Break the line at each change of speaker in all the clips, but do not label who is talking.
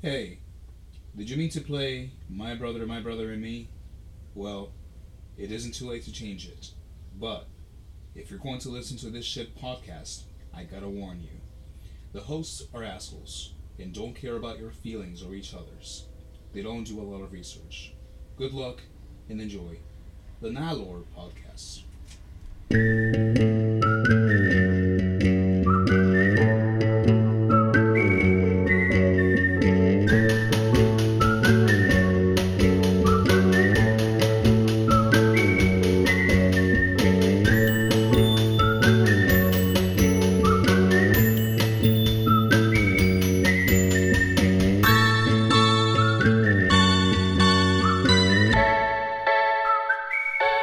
Hey, did you mean to play My Brother, My Brother and Me? Well, it isn't too late to change it. But if you're going to listen to this shit podcast, I gotta warn you. The hosts are assholes and don't care about your feelings or each other's. They don't do a lot of research. Good luck and enjoy the Nylor podcast.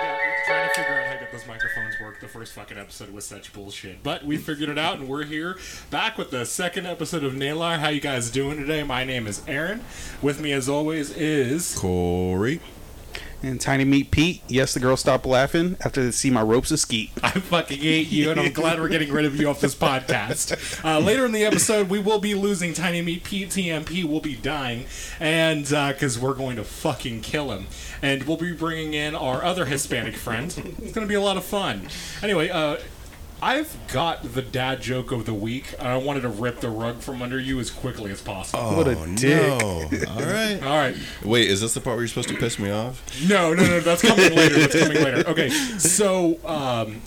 Yeah, trying to figure out how to get those microphones work. The first fucking episode was such bullshit, but we figured it out, and we're here back with the second episode of Nailar. How you guys doing today? My name is Aaron. With me, as always, is
Corey.
And Tiny Meat Pete, yes, the girl stopped laughing after they see my ropes of skeet.
I fucking hate you, and I'm glad we're getting rid of you off this podcast. Uh, later in the episode, we will be losing Tiny Meat Pete. TMP will be dying, and because we're going to fucking kill him, and we'll be bringing in our other Hispanic friend. It's gonna be a lot of fun. Anyway, uh. I've got the dad joke of the week, and I wanted to rip the rug from under you as quickly as possible.
What a dick.
Oh, No. All right.
All right.
Wait, is this the part where you're supposed to piss me off?
No, no, no. That's coming later. That's coming later. Okay. So, um,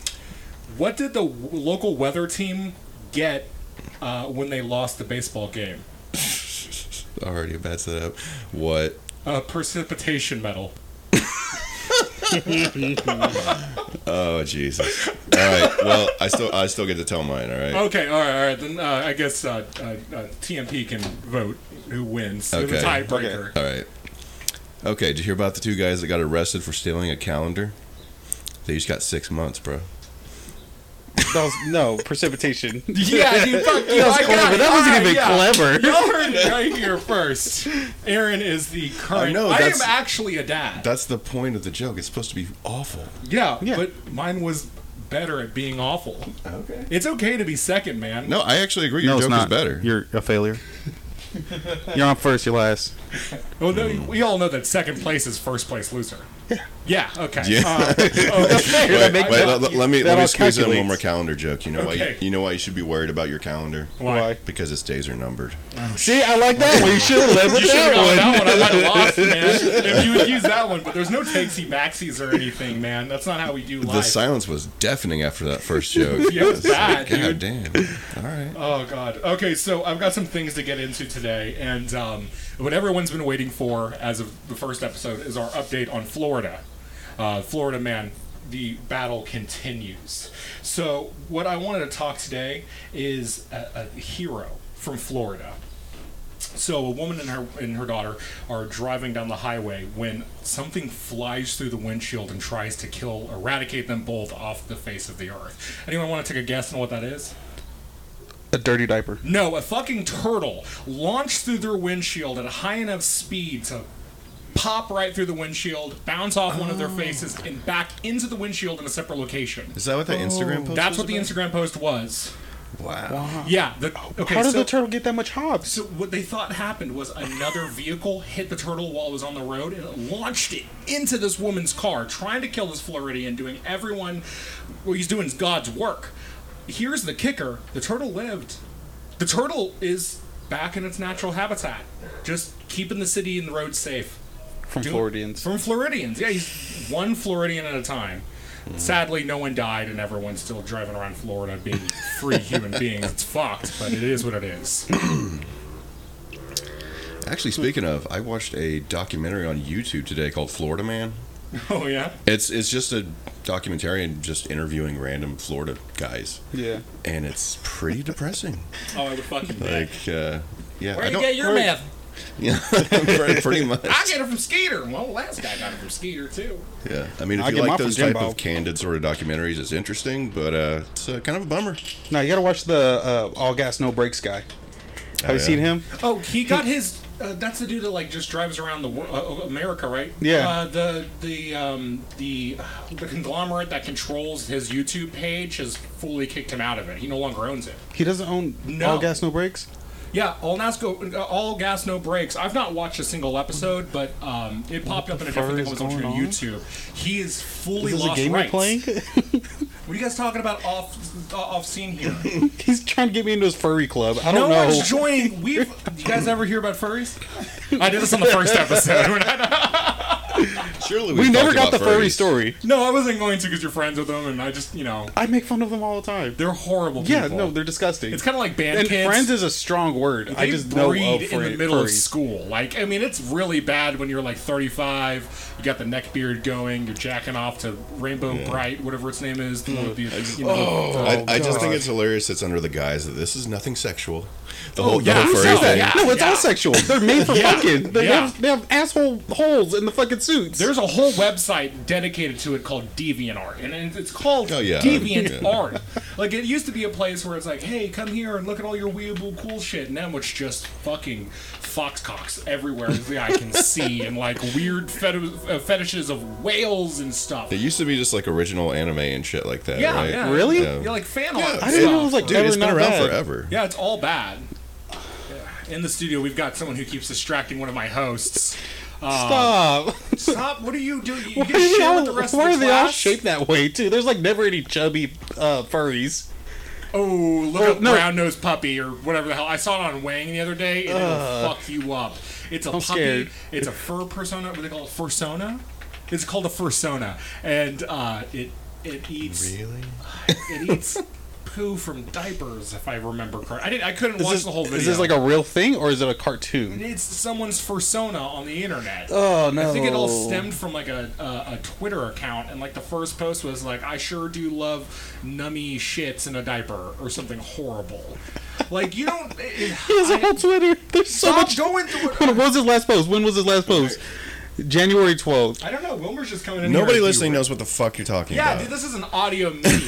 what did the w- local weather team get uh, when they lost the baseball game?
Already a bad setup. What?
A precipitation medal.
Oh Jesus. All right. Well, I still I still get to tell mine. All right.
Okay. All right. All right. Then uh, I guess uh, uh, uh, TMP can vote who wins. Okay. The
Okay.
tiebreaker.
All right. Okay. Did you hear about the two guys that got arrested for stealing a calendar? They each got six months, bro.
That was, no, precipitation. that
Yeah, dude, fuck you.
was
I
clever.
got it.
That
All
wasn't
right,
even
yeah.
clever.
Y'all heard it right here first. Aaron is the current. I,
I know,
am
that's-
actually a dad.
That's the point of the joke. It's supposed to be awful.
yeah,
Yeah.
but mine was better at being awful.
Okay.
It's okay to be second, man.
No, I actually agree. Your
no,
joke
it's not.
is better.
You're a failure. You're on first, you're last.
Well, no, we all know that second place is first place loser. Yeah. Yeah. Okay.
Yeah.
Uh, oh, okay.
Wait,
make-
wait,
that-
let, let- let me
that
let me
all
squeeze in
calculates.
one more calendar joke. You know why? You,
Okay.
you know why you should be worried about your calendar?
Why?
Because its days are numbered.
See, I like that one. You should have led
You
with
should have
that
gone with that
one.
one. I might have lost, man. If you would use that one, but there's no takesy backsies or anything, man. That's not how we do
The
life.
silence was deafening after that first joke.
Yeah, it was
It's like,
bad,
God damn. All right.
Oh God. Okay, so I've got some things to get into today, and um, what everyone's been waiting for as of the first episode is our update on Florida. Uh, Florida man, the battle continues. So what I wanted to talk today is a, a hero from Florida. So a woman and her and her daughter are driving down the highway when something flies through the windshield and tries to kill, eradicate them both off the face of the earth. Anyone want to take a guess on what that is?
A dirty diaper.
No, a fucking turtle launched through their windshield at a high enough speed to pop right through the windshield, bounce off one of
Oh.
their faces, and back into the windshield in a separate location.
Is that what the Instagram post?
Oh, That's
was
what the Instagram post was.
about? Wow.
Yeah. The, okay,
How did
so,
the turtle get that much hobs?
so what they thought happened was another vehicle hit the turtle while it was on the road and it launched it into this woman's car, trying to kill this Floridian, doing everyone. Well, he's doing God's work. Here's the kicker: the turtle lived. The turtle is back in its natural habitat, just keeping the city and the road safe.
From
Doing-
Floridians.
From Floridians, yeah, he's one Floridian at a time. Sadly, no one died, and everyone's still driving around Florida being free human beings. It's fucked, but it is what it is.
Actually, speaking of, I watched a documentary on YouTube today called Florida Man.
Oh yeah.
It's it's just a documentary and just interviewing random Florida guys,
Yeah.
and it's pretty depressing.
Oh, I would fucking bet.
Like, uh, yeah,
Where
I
you
don't
get your
where-
meth?
Yeah, pretty, pretty much.
I get it from Skeeter. Well, the last guy got it from Skeeter too.
Yeah, I mean, if
I
you
get
like
mine from
those
Jim
type
Bob.
of candid sort of documentaries, it's interesting, but uh, it's uh, kind of a bummer.
Now, you gotta watch the uh, All Gas No Brakes guy. Have
Oh,
you
yeah.
seen him?
Oh, he got his. Uh, that's the dude that like just drives around the wor- uh, uh, America, right?
Yeah.
Uh, the the um, the the conglomerate that controls his YouTube page has fully kicked him out of it. He no longer owns it.
He doesn't own
No.
All Gas No Brakes?
Yeah, all gas, go, all gas, no breaks. I've not watched a single episode, but um, it popped up in a different thing I
fur
was
is
watching on
going on?
YouTube. He is fully
Is this a
lost
game
rights.
we're playing?
What are you guys talking about off off scene here?
He's trying to get me into his furry club. I
no
don't know.
one's joining. We, you guys ever hear about furries? I did this on the first episode. We're not-
Surely
we
we've
never got
talked
the
about
furry
furries.
story.
no, I wasn't going to because you're friends with them, and I just you know
I make fun of them all the time.
they're horrible.
yeah,
people.
no, they're disgusting.
It's kind of like band
and
kids.
friends is a strong word.
they
I just know
breed
of
in
furry-
the middle of
furries.
school. Like, I mean, it's really bad when you're like 35. You got the neck beard going. You're jacking off to Rainbow Bright, whatever its name is. the-
Mm.
the- you know,
Oh.
the-
I, I just think it's hilarious. It's under the guise that this is nothing sexual. The whole,
Oh, yeah,
the
who
whole furry
says that?
thing.
Yeah,
no, it's
yeah.
all sexual. They're made for fucking. They,
yeah.
have, they have asshole holes in the fucking suits.
There's a whole website dedicated to it called DeviantArt, and it's- it's called
Oh, yeah.
Deviant
Yeah.
Art. Like it used to be a place where it's like, hey, come here and look at all your weeaboo cool shit, and now it's just fucking foxcocks everywhere that the eye can see, and like weird feti- uh, fetishes of whales and stuff.
It used to be just like original anime and shit like that,
yeah,
right?
yeah,
Really?
Yeah, like fan art.
I
I didn't know it was
stuff.
like
Dude,
that
it's
was
been
not
around
bad.
forever.
Yeah, it's all bad. In the studio, we've got someone who keeps distracting one of my hosts.
Stop.
Stop! What are you doing? You
Why
gonna
are they
share with
all,
the rest
why
of
are
the
they all
class?
shaped that way too? There's like never any chubby uh, furries.
Oh, look
Well,
up
no.
brown nosed puppy or whatever the hell. I saw it on Wang the other day, and it'll fuck you up. It's a puppy.
scared.
It's a fur persona. What do they call it? Fursona. It's called a fursona, and uh, it it eats
Really?
it eats poo from diapers. If I remember correctly, I didn't. I couldn't
Is
watch
this,
the whole video.
is this like a real thing or is it a cartoon?
it's someone's fursona on the internet.
Oh no!
I think it all stemmed from like a, a a Twitter account, and like the first post was like, "I sure do love nummy shits in a diaper" or something horrible. Like you don't. It,
He has a whole Twitter. There's so
Stop
much
going through it.
What was his last post? When was his last post? January 12th.
I don't know. Wilmer's just coming in. here
Nobody
and
listening
doing-
knows what the fuck you're talking
Yeah,
about.
dude, this is an audio medium.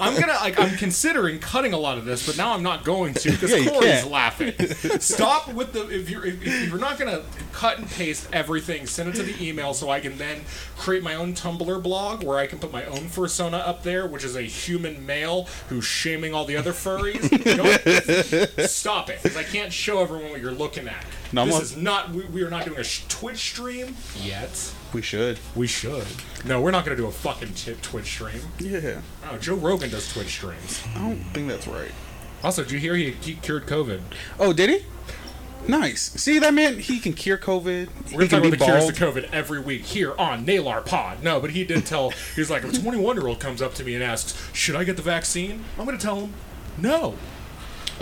I'm gonna like I'm considering cutting a lot of this, but now I'm not going to because
Yeah, you
Corey's
can't.
laughing. Stop with the if you're if, if you're not gonna cut and paste everything, send it to the email so I can then create my own Tumblr blog where I can put my own fursona up there, which is a human male who's shaming all the other furries. Don't- stop it, 'cause I can't show everyone what you're looking at.
No, I'm
this
not-
is not we, we are not doing a sh- Twitch stream yet.
We should.
We should. No, we're not gonna do a fucking t- Twitch stream.
Yeah.
Oh, Joe Rogan does Twitch streams.
I don't think that's right.
Also, did you hear he, he cured COVID?
Oh, did he? Nice. See that man? He can cure COVID.
We're talking
He can be
about the cures
bald.
to COVID every week here on Nalar Pod. No, but he did tell. He was like, if a 21 year old comes up to me and asks, "Should I get the vaccine?" I'm gonna tell him, "No."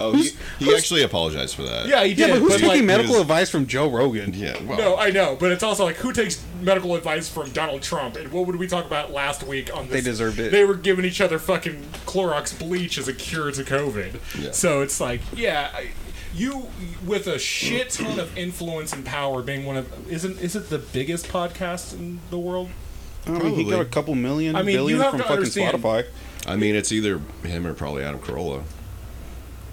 oh,
Who's-
he, he
who's-
actually apologized for that.
Yeah, he
Yeah,
did.
but who's taking
like,
medical
is-
advice from Joe Rogan?
Yeah, well,
No, I know, but it's also like who takes medical advice from Donald Trump? And what would we talk about last week on this?
They deserved it.
They were giving each other fucking Clorox bleach as a cure to COVID.
Yeah.
So it's like, yeah, I- you with a shit ton of influence and power, being one of isn't is it the biggest podcast in the world?
I mean, he got a couple million,
I mean, you
billion
have
from
to
fucking
understand-
Spotify.
I mean, it's either him or probably Adam Carolla.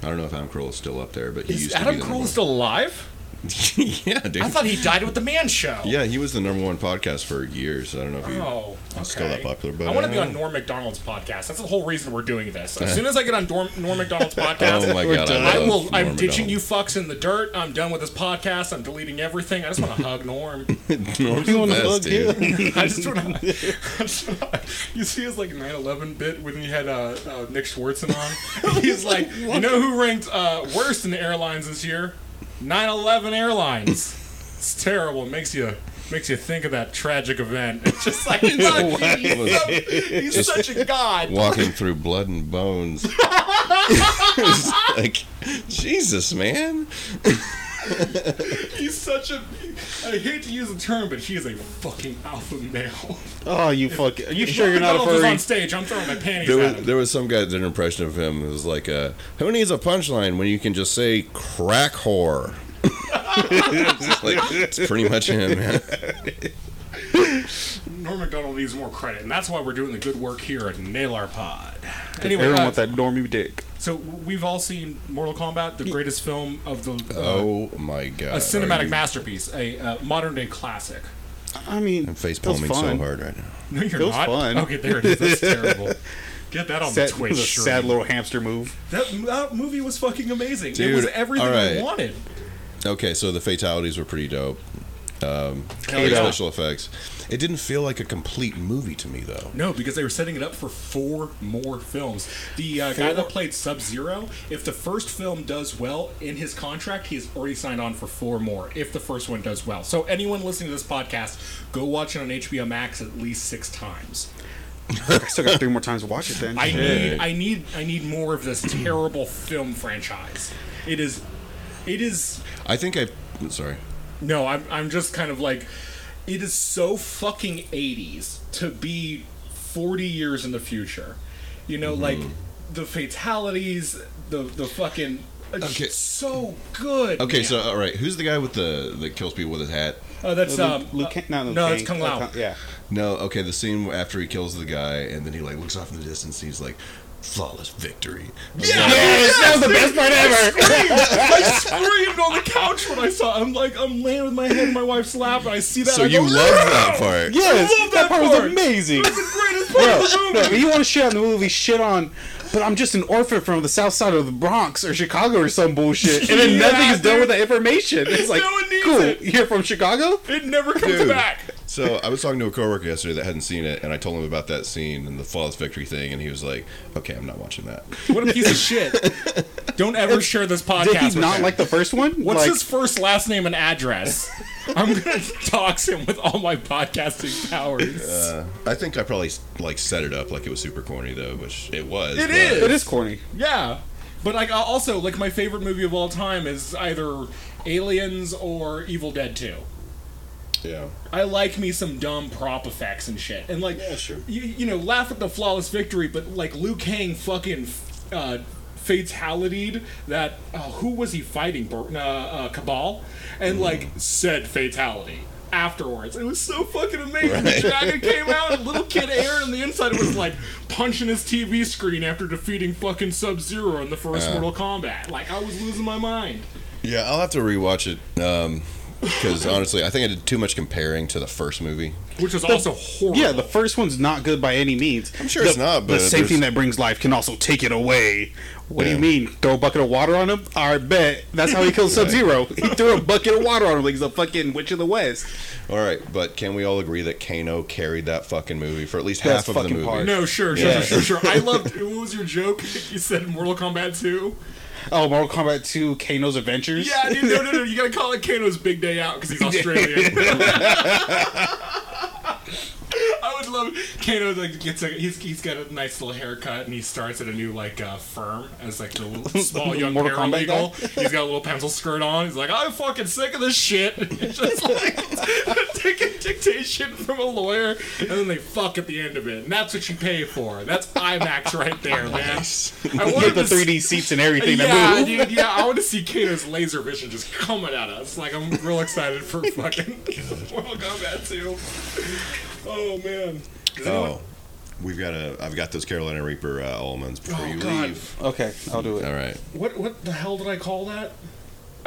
I don't know if Adam Carolla's still up there, but he
Is
used
Adam
to be
Carolla still alive?
the number one. yeah, dude.
I thought he died with the Man Show.
yeah, he was the number one podcast for years. I don't know if he.
Oh, okay.
still that popular, but
I want to
I
be
don't
on
know.
Norm McDonald's podcast. That's the whole reason we're doing this. As soon as I get on Norm, Norm McDonald's podcast,
Oh my
We're
god!
done.
I
love
will. I'm
Norm
ditching you
Macdonald.
fucks in the dirt. I'm done with this podcast. I'm deleting everything. I just want to hug Norm.
Norm's
You
the
wanna
best,
hug
dude.
I just want to. You see his like 9/11 bit when he had uh, uh, Nick Swartzen on. He's like, you know who ranked uh, worst in the airlines this year? 9/11 airlines. It's terrible. It makes you. Makes you think of that tragic event. It's just like he's, like, he's, he's such a god.
Walking through blood and bones. It's like Jesus, man.
He's such a. I hate to use the term, but he is a fucking alpha male.
Oh, you fucking. Are you sure you're not a
McDonald's is
furry?
on stage. I'm throwing my panties
There
at
was,
him.
there was some guy that did an impression of him. It was like, uh, "Who needs a punchline when you can just say crack whore?" it's, just like, it's pretty much him, man.
Norm McDonald needs more credit, and that's why we're doing the good work here at Nalar Pod. Anyway,
Everyone
uh,
with that normie dick.
so we've all seen Mortal Kombat, the greatest film of the uh,
Oh my god!
a
Are
cinematic
you-
masterpiece, a uh, modern day classic.
I mean,
I'm face
it was
palming so
fun.
hard right now.
No, you're
It was
not.
fun.
Okay, there it is. That's terrible. Get that on
Sad,
the
it
Twitch
was a
stream.
sad little hamster move.
That, that movie was fucking amazing. it
Dude,
was everything
all
I
right.
wanted.
Okay, so the fatalities were pretty dope.
Hell
Um,
Like
yeah.
special effects. It didn't feel like a complete movie to me though.
No, because they were setting it up for four more films. The uh, guy that played Sub Zero, if the first film does well in his contract, he's already signed on for four more. If the first one does well, so anyone listening to this podcast, go watch it on HBO Max at least six times.
I still got three more times to watch it then.
I need, I need, I need more of this terrible film franchise. It is, it is.
I think I sorry.
No, I'm, I'm just kind of like, it is so fucking 80s to be 40 years in the future. You
Mm-hmm.
know, like the fatalities, the the fucking. it's
Okay.
So good.
Okay,
man.
so all right, who's the guy with the that kills people with his hat?
Oh, that's um.
Luke, Ca- not Luke
no,
Cage.
it's Kung
Uh,
Lao.
Kung- yeah.
No, okay, the scene after he kills the guy and then he like looks off in the distance. He's like, flawless victory. I was like,
that was the best part ever.
I screamed on the couch when I saw. I'm like, I'm laying with my head in my wife's lap, and I see that.
so
I
you
go,
love that part?
Yes,
I love
that,
that
part,
part.
was amazing.
That's the greatest part of the
No,
movie.
no, you want to shit on the movie, shit on. But I'm just an orphan from the south side of the Bronx or Chicago or some bullshit, and then
Yeah,
nothing is done
dude.
with that information. It's like,
No one needs
cool,
it.
you're from Chicago.
It never comes
Dude.
back.
So I was talking to a coworker yesterday that hadn't seen it, and I told him about that scene and the flawless victory thing, and he was like, "Okay, I'm not watching that."
What a piece of shit. Don't ever share this podcast.
Did
with
he not
him.
like the first one?
What's
like,
his first, last name, and address? I'm gonna dox him with all my podcasting powers.
Uh, I think I probably like set it up like it was super corny though, which it was.
It
but-
is.
It is corny.
yeah, but like I- also like my favorite movie of all time is either Aliens or Evil Dead Two.
Yeah.
I like me some dumb prop effects and shit, and like
Yeah, sure.
you, you know laugh at the flawless victory, but like Luke Kang fucking uh, fatalitied that. Oh, who was he fighting? Bur- uh, uh, Cabal,
Mm-hmm.
and like said fatality. Afterwards, it was so fucking amazing. The
Right.
dragon came out, and little kid Aaron on the inside was like punching his TV screen after defeating fucking Sub Zero in the
Uh.
first Mortal Kombat. Like I was losing my mind.
Yeah, I'll have to rewatch it um, because honestly, I think I did too much comparing to the first movie.
Which was also horrible.
Yeah, the first one's not good by any means. I'm
sure it's not,
the
but
same thing
there's-
that brings life can also take it away. What do
Yeah.
you mean? Throw a bucket of water on him? I bet that's how he killed Sub Zero. He threw a bucket of water on him like he's a fucking witch of the west.
All right, but can we all agree that Kano carried that fucking movie for at least
Best
half of the
fucking
movie?
part.
No, sure, sure,
Yeah.
sure, sure, sure. I loved. What was your joke? You said Mortal Kombat 2?
Oh, Mortal Kombat 2, Kano's Adventures.
Yeah, dude, no, no, no. You gotta call it Kano's big day out because he's Australian. I would love Kano. Like, gets a he's he's got a nice little haircut and he starts at a new like uh, firm as like the little, small young
Mortal Kombat
paralegal. He's got a little pencil skirt on. He's like, I'm fucking sick of this shit. It's just like taking dictation from a lawyer, and then they fuck at the end of it. And that's what you pay for. That's IMAX right there, man. I
Get
wanted
the
to see-
3D seats and everything that
yeah,
move.
dude, yeah, I want to see Kato's laser vision just coming at us. Like, I'm real excited for fucking Mortal Kombat 2. Oh, man. Does anyone-
Oh, we've got a. I've got those Carolina Reaper uh, almonds before
Oh,
you
God.
leave.
Okay, I'll do it.
All right.
What, what the hell did I call that?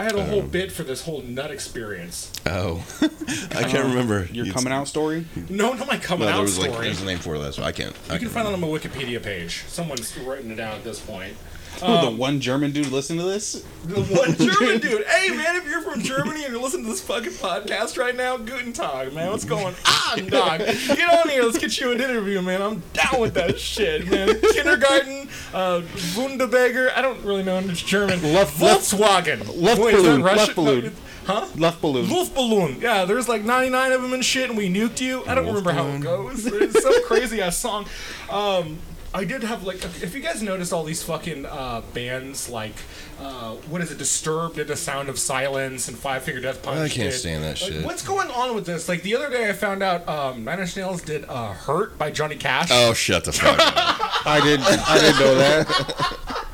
I had a whole
Um,
bit for this whole nut experience.
Oh, I can't remember.
Your
You'd-
coming out story?
No, not my coming
No, there
out
was
story.
like there's a name for that, so I can't. I
you can find that on my Wikipedia page. Someone's written it down at this point.
the
Um,
one German dude listen to this?
The one German dude. Hey, man, if you're from Germany and you're listening to this fucking podcast right now, guten Tag, man. What's going on, dog? Get on here. Let's get you an interview, man. I'm down with that shit, man. Kindergarten, uh, Wunderberger. I don't really know any German.
Left- left-
Volkswagen.
left
is that
balloon, left
Russian?
balloon.
No, it's- Huh?
Left balloon.
Luftballon. Yeah, there's like 99 of them and shit, and we nuked you. I don't remember how it goes. It's some crazy ass song. Um, I did have like, if you guys noticed all these fucking uh, bands, like, uh, what is it, Disturbed did the Sound of Silence and Five Finger Death Punch.
I can't
did-
stand that
Like,
shit.
What's going on with this? Like, the other day I found out um, Nine Inch Nails did uh, Hurt by Johnny Cash.
Oh, shut the fuck up.
I didn't. I didn't know that.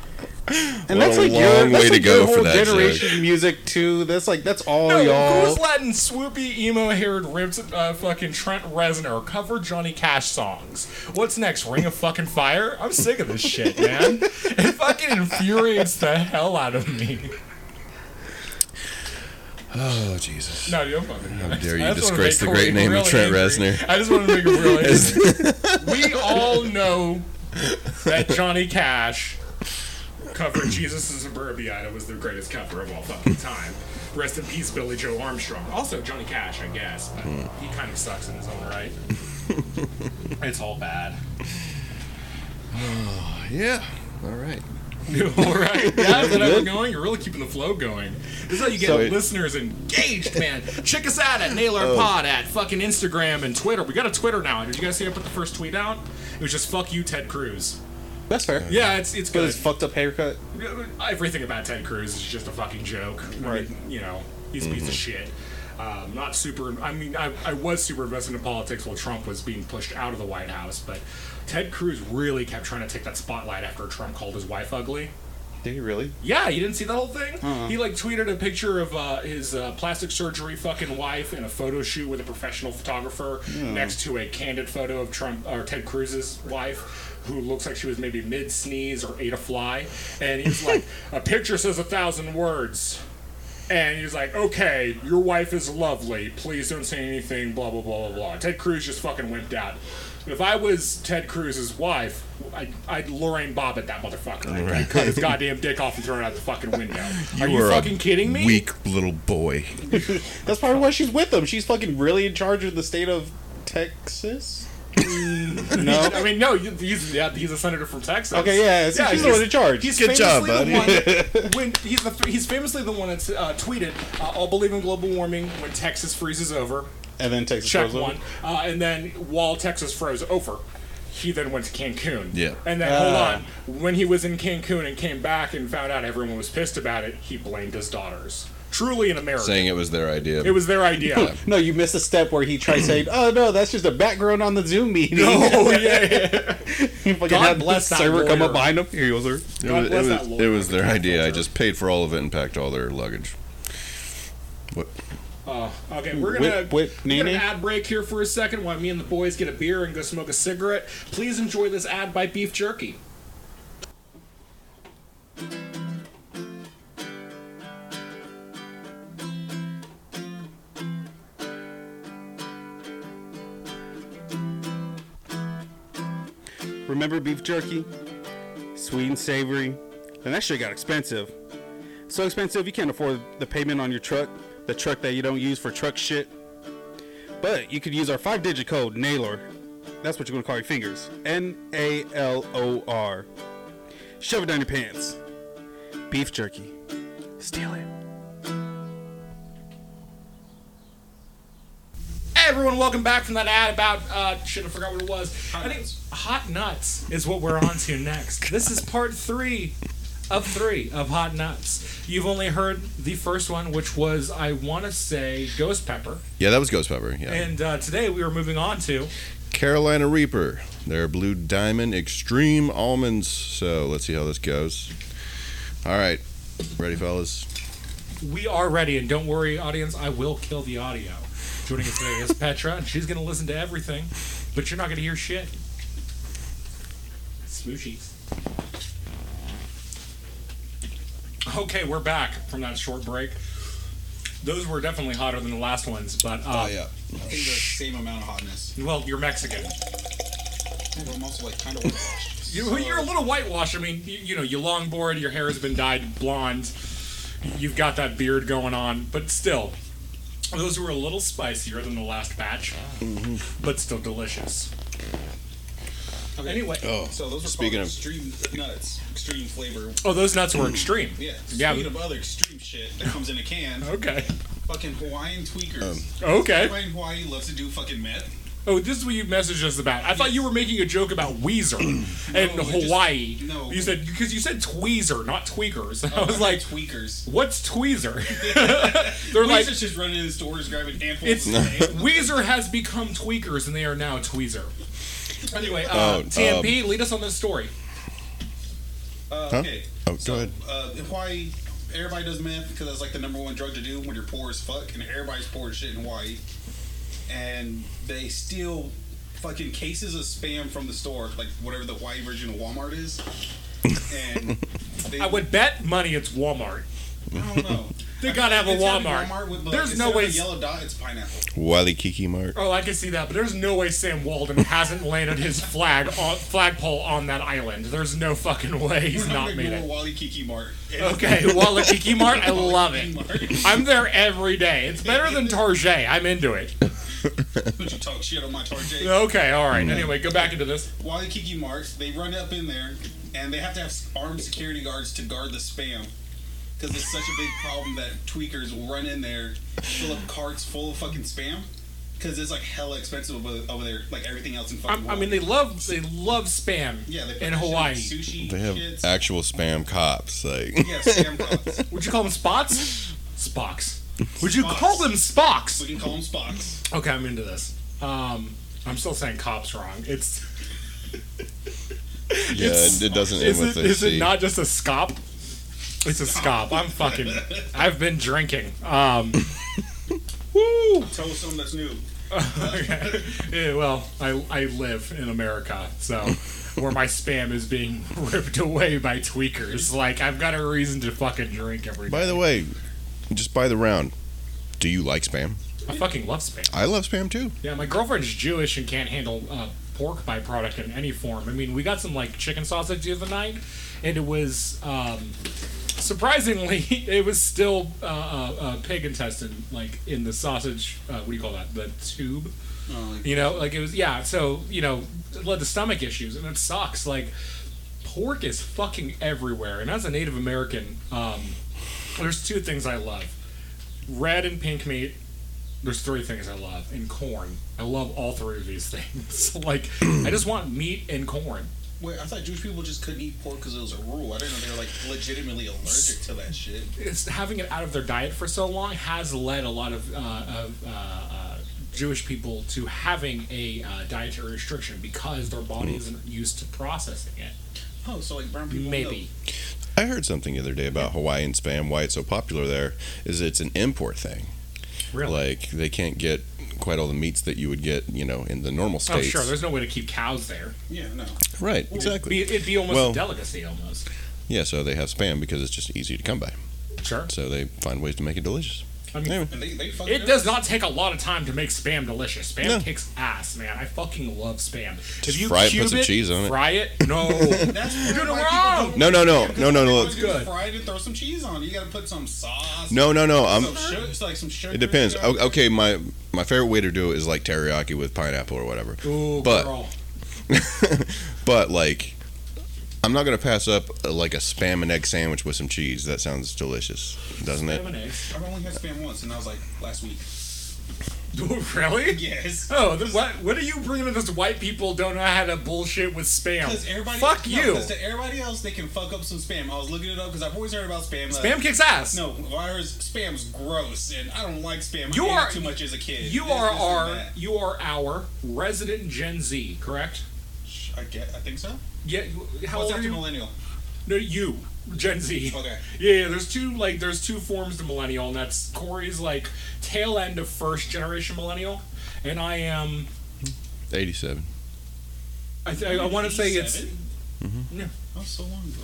And
What
that's
a
like your,
long
that's
way to
like
go
your
for
whole
that
generation music too. That's like that's all
No,
Oh, y'all.
who's letting swoopy emo haired ripped uh, fucking Trent Reznor cover Johnny Cash songs? What's next? Ring of fucking fire? I'm sick of this shit, man. It fucking infuriates the hell out of me.
Oh Jesus.
No, you're fucking. How
dare you disgrace the great name of Trent Reznor.
I just want to make him real angry. we all know that Johnny Cash covered Jesus in Suburbia was the greatest cover of all fucking time. Rest in peace, Billy Joe Armstrong. Also, Johnny Cash, I guess, but he kind of sucks in his own right. it's all bad.
Yeah. All right.
all right. Yeah, that I'm going. You're really keeping the flow going. This is how you get
So-
listeners engaged, man. Check us out at Nail Our Pod at fucking Instagram and Twitter. We got a Twitter now. Did you guys see I put the first tweet out? It was just fuck you, Ted Cruz.
That's fair.
Yeah, it's it's
With
good.
his fucked up haircut.
Everything about Ted Cruz is just a fucking joke.
Right.
I mean, you know, he's a piece of shit. Um, not super. I mean, I, I was super invested in politics while Trump was being pushed out of the White House, but Ted Cruz really kept trying to take that spotlight after Trump called his wife ugly.
Did he really?
Yeah, you didn't see that whole thing? He like tweeted a picture of uh, his uh, plastic surgery fucking wife in a photo shoot with a professional photographer next to a candid photo of Trump or Ted Cruz's wife. Who looks like she was maybe mid sneeze or ate a fly, and he's like, "A picture says a thousand words," and he's like, "Okay, your wife is lovely. Please don't say anything." Blah blah blah blah blah. Ted Cruz just fucking wimped out. If I was Ted Cruz's wife, I'd, I'd Lorraine Bob at that motherfucker. I'd- I'd cut his goddamn dick off and throw it out the fucking window. Are you
are a
fucking kidding me?
Weak little boy.
That's probably why she's with him. She's fucking really in charge of the state of Texas. no.
I mean, no, you- he's yeah, he's a senator from Texas.
Okay, yeah, so she's the one in charge.
He's
Good job,
famously the one when he's the he's famously the one that's uh, tweeted, uh, "I'll believe in global warming when Texas freezes over."
And then Texas
check
goes over.
one, uh, and then while Texas froze over, he then went to Cancun.
Yeah.
And then hold on, when he was in Cancun and came back and found out everyone was pissed about it, he blamed his daughters. Truly an American.
Saying it was their idea.
it was their idea.
No, you missed a step where he tried saying, "Oh no, that's just a background on the Zoom meeting."
oh yeah.
he fucking
God
had
bless
the
that
server come
lawyer.
up behind him. Here he goes, sir.
It
God
was,
bless
it
that
was-
lawyer
it
for
was their idea. I
culture.
just paid for all of it and packed all their luggage. What?
Okay, we're gonna
Whip, whip,
we're gonna
nene.
ad break here for a second while me and the boys get a beer and go smoke a cigarette. Please enjoy this ad by Beef Jerky.
Remember beef jerky? Sweet and savory. And that shit got expensive. So expensive you can't afford the payment on your truck, the truck that you don't use for truck shit. But you could use our five digit code, NAILOR. That's what you're gonna call your fingers. N A L O R. Shove it down your pants. Beef jerky. Steal it.
Hey everyone, welcome back from that ad about uh shit, I forgot what it was. I think it's Hot Nuts is what we're on to next. This is part three of three of Hot Nuts. You've only heard the first one, which was I wanna say Ghost Pepper.
Yeah, that was Ghost Pepper. Yeah.
And uh, today we are moving on to
Carolina Reaper. Their Blue Diamond Extreme Almonds. So let's see how this goes. All right. Ready, fellas?
We are ready, and don't worry, audience, I will kill the audio. Joining us today is Petra, and she's going to listen to everything, but you're not going to hear shit. Smooshies. Okay, we're back from that short break. Those were definitely hotter than the last ones, but uh,
I think the same amount of hotness.
well, you're Mexican.
But I'm also like kind of whitewashed.
You, you're a little whitewashed. I mean, you, you know, you longboard, your hair has been dyed blonde, you've got that beard going on, but still, those were a little spicier than the last batch, but still delicious.
Mm-hmm. Okay.
Anyway,
Oh,
So those are
Speaking
speaking
of-
extreme nuts, extreme flavor.
oh, those nuts were extreme.
Yeah.
Yeah. Uh-huh.
Speaking of other extreme shit that comes in a can,
Okay.
fucking Hawaiian tweakers.
Um.
Okay.
Everybody in Hawaii loves to do fucking meth.
Oh, this is what you messaged us about. I thought you were making a joke about Weezer and
No, I just-
Hawaii.
no. Oh,
You said because you said tweezer, not tweakers. I was
Fucking
like,
tweakers.
what's tweezer? They're
Weezer's
like,
just running in stores grabbing ampoules.
It's
of meth.
Weezer has become tweakers and they are now tweezer. Anyway, uh,
Oh,
TMP, lead us on this story.
uh,
Huh?
okay.
Oh, go ahead.
Uh, in Hawaii, everybody does meth because that's like the number one drug to do when you're poor as fuck, and everybody's poor as shit in Hawaii. And they steal fucking cases of spam from the store, like whatever the Hawaii version of Walmart is. And they,
I would bet money it's Walmart.
I don't know.
They gotta have a
It's gotta be
Walmart.
with, like,
There's no
instead of
way.
a yellow dot. It's pineapple.
Wily Kiki Mart.
Oh, I can see that, but there's no way Sam Walden hasn't landed his flag on, flagpole on that island. There's no fucking way he's
We're
not
not
made
going
it.
Wally Kiki Mart.
Okay, Waikiki Mart, I love it.
Mart.
I'm there every day. It's better than Target. I'm into it.
But you talk shit on my Target.
Okay, all right. Anyway, go back into this.
Wally Kiki Marks, they run up in there and they have to have s- armed security guards to guard the spam. Because it's such a big problem that tweakers will run in there, fill up carts full of fucking spam. Because it's like hella expensive over, over there, like everything else in fucking
I, I mean,
Hawaii.
they love they love spam
yeah, they put
in
that shit
Hawaii.
Sushi,
They have
shits.
actual spam cops. Like,
yeah, spam cups.
Would you call them spots? Spocks. Would you
Spocks.
call them
We
spocks?
can call them Spocks.
Okay, I'm into this. Um, I'm still saying cops wrong. It's
yeah,
It's-
it, it doesn't end
is it,
with a
is it
C.
not just a scop? It's a scop. I'm fucking. I've been drinking. Um, woo.
Tell us something that's new.
Okay. Yeah, well, I I live in America, so where my spam is being ripped away by tweakers. Like I've got a reason to fucking drink every day.
By the way, just by the round, do you like spam?
I fucking love spam.
I love spam too.
Yeah, my girlfriend's Jewish and can't handle uh, pork byproduct in any form. I mean, we got some like chicken sausage the other night, and it was um, surprisingly, it was still uh, uh, uh, pig intestine, like in the sausage. Uh, what do you call that? The tube. You know, like it was. Yeah, so you know, it led to stomach issues, and it sucks. Like pork is fucking everywhere, and as a Native American, um, there's two things I love: red and pink meat there's three things I love, and corn. I love all three of these things. like, I just want meat and corn.
Wait, I thought Jewish people just couldn't eat pork because it was a rule. I didn't know they were like legitimately allergic to that shit.
It's having it out of their diet for so long has led a lot of, uh, of uh, uh, Jewish people to having a uh, dietary restriction because their body isn't used to processing it.
Oh, so like brown people.
Maybe.
I heard something the other day about Hawaiian spam. Why it's so popular there is it's an import thing.
Really?
Like they can't get quite all the meats that you would get, you know, in the normal
Oh,
states.
sure. There's no way to keep cows there.
know. Yeah, no.
right, exactly.
It'd be, it'd be almost
Well-
a delicacy, almost.
yeah, so they have spam because it's just easy to come by.
Sure.
So they find ways to make it delicious.
I mean,
Anyway,
And they, they fucking
It does not take a lot of time to make spam delicious. Spam
No.
kicks ass, man. I fucking love spam. If you
fry it, put
cube
some cheese on it.
Fry it? No.
That's
You're doing it
why
wrong.
people
no, no, no, no, no,
don't-
no,
Everyone's
good.
gonna Fry it and throw some cheese on. it. You gotta put some sauce.
no, no, no. I'm,
Some sugar, it's like some sugar.
it depends. Oh, O- Okay, my my favorite way to do it is like teriyaki with pineapple or whatever.
Ooh,
But-
girl.
but like, I'm not gonna pass up uh, like a spam and egg sandwich with some cheese. That sounds delicious, doesn't
Spam
it?
and eggs.
I've only had spam once, and I was like last week.
really?
Yes.
Oh, the, what, what are you bringing to this white people don't know how to bullshit with spam?
Because everybody,
Fuck
no,
you.
'cause to everybody else, they can fuck up some spam. I was looking it up because I've always heard about spam. uh,
Spam kicks ass.
No, virus spam's gross, and I don't like spam.
You
I ate
are-
it too much as a kid.
You
This,
are
this, and
our
that.
you are our resident Gen Z, correct?
I get. I think so.
Yeah. you- How old
What's
are
after
you?
millennial?
No, you, Gen Z.
Okay.
Yeah, yeah, there's two like there's two forms to millennial, and that's Corey's like tail end of first generation millennial, and I am
87.
I, th- I want to say it's Mm-hmm.
87?
Yeah.
That was so long ago.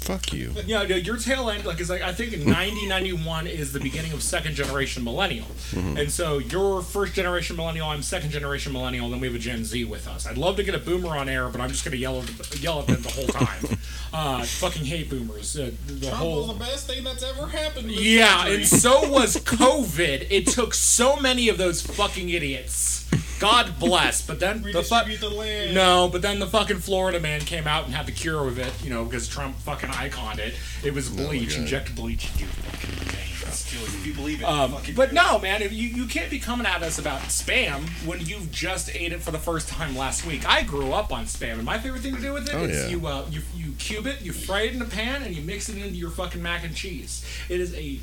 Fuck you.
yeah, yeah your tail end like is like I think 90 91 is the beginning of second generation millennial, and so you're first generation millennial, I'm second generation millennial, and then we have a Gen Z with us. I'd love to get a boomer on air, but I'm just gonna yell at, yell at them the whole time. uh, fucking hate boomers. Uh, the, the
Trump
whole
was the best thing that's ever happened. To this
Yeah,
country.
and so was COVID. It took so many of those fucking idiots. God bless. But then the fuck.
Redistribute the land.
No, but then the fucking Florida man came out and had the cure of it, you know, because Trump fucking iconed it. It was bleach.
God.
Inject bleach into your fucking veins.
Kill you. If you believe it.
Um,
fucking
but no, man, if you, you can't be coming at us about spam when you've just ate it for the first time last week. I grew up on spam, and my favorite thing to do with it
Oh,
is
yeah.
you, uh, you you cube it, you fry it in a pan, and you mix it into your fucking mac and cheese. It is a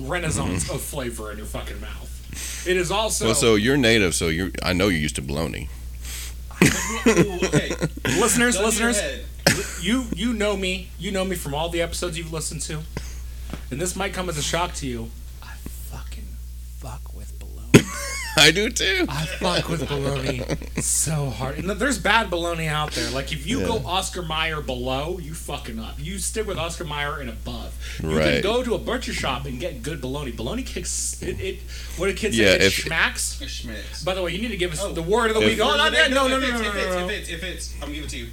renaissance of flavor in your fucking mouth. It is also
Mm-hmm. Well, so you're native, so you I know you're used to bologna.
Ooh, okay.
listeners,
Gun to your
listeners,
head.
you you know me, you know me from all the episodes you've listened to, and this might come as a shock to you. I fucking fuck with bologna.
I do too.
I fuck with bologna so hard. And there's bad bologna out there. Like if you go Oscar Mayer below, you fucking up. You stick with Oscar Mayer and above. You can
Right.
go to a butcher shop and get good bologna. Bologna kicks it. it what do kids
Yeah,
say? It
if-
schmacks.
Schmitz.
By the way, you need to give us
Oh.
the word of the
If-
week. Oh, not yet. No, no,
if
no, no,
it's-
no,
if it's-
no, no.
If it's, if it's, I'm giving it to you.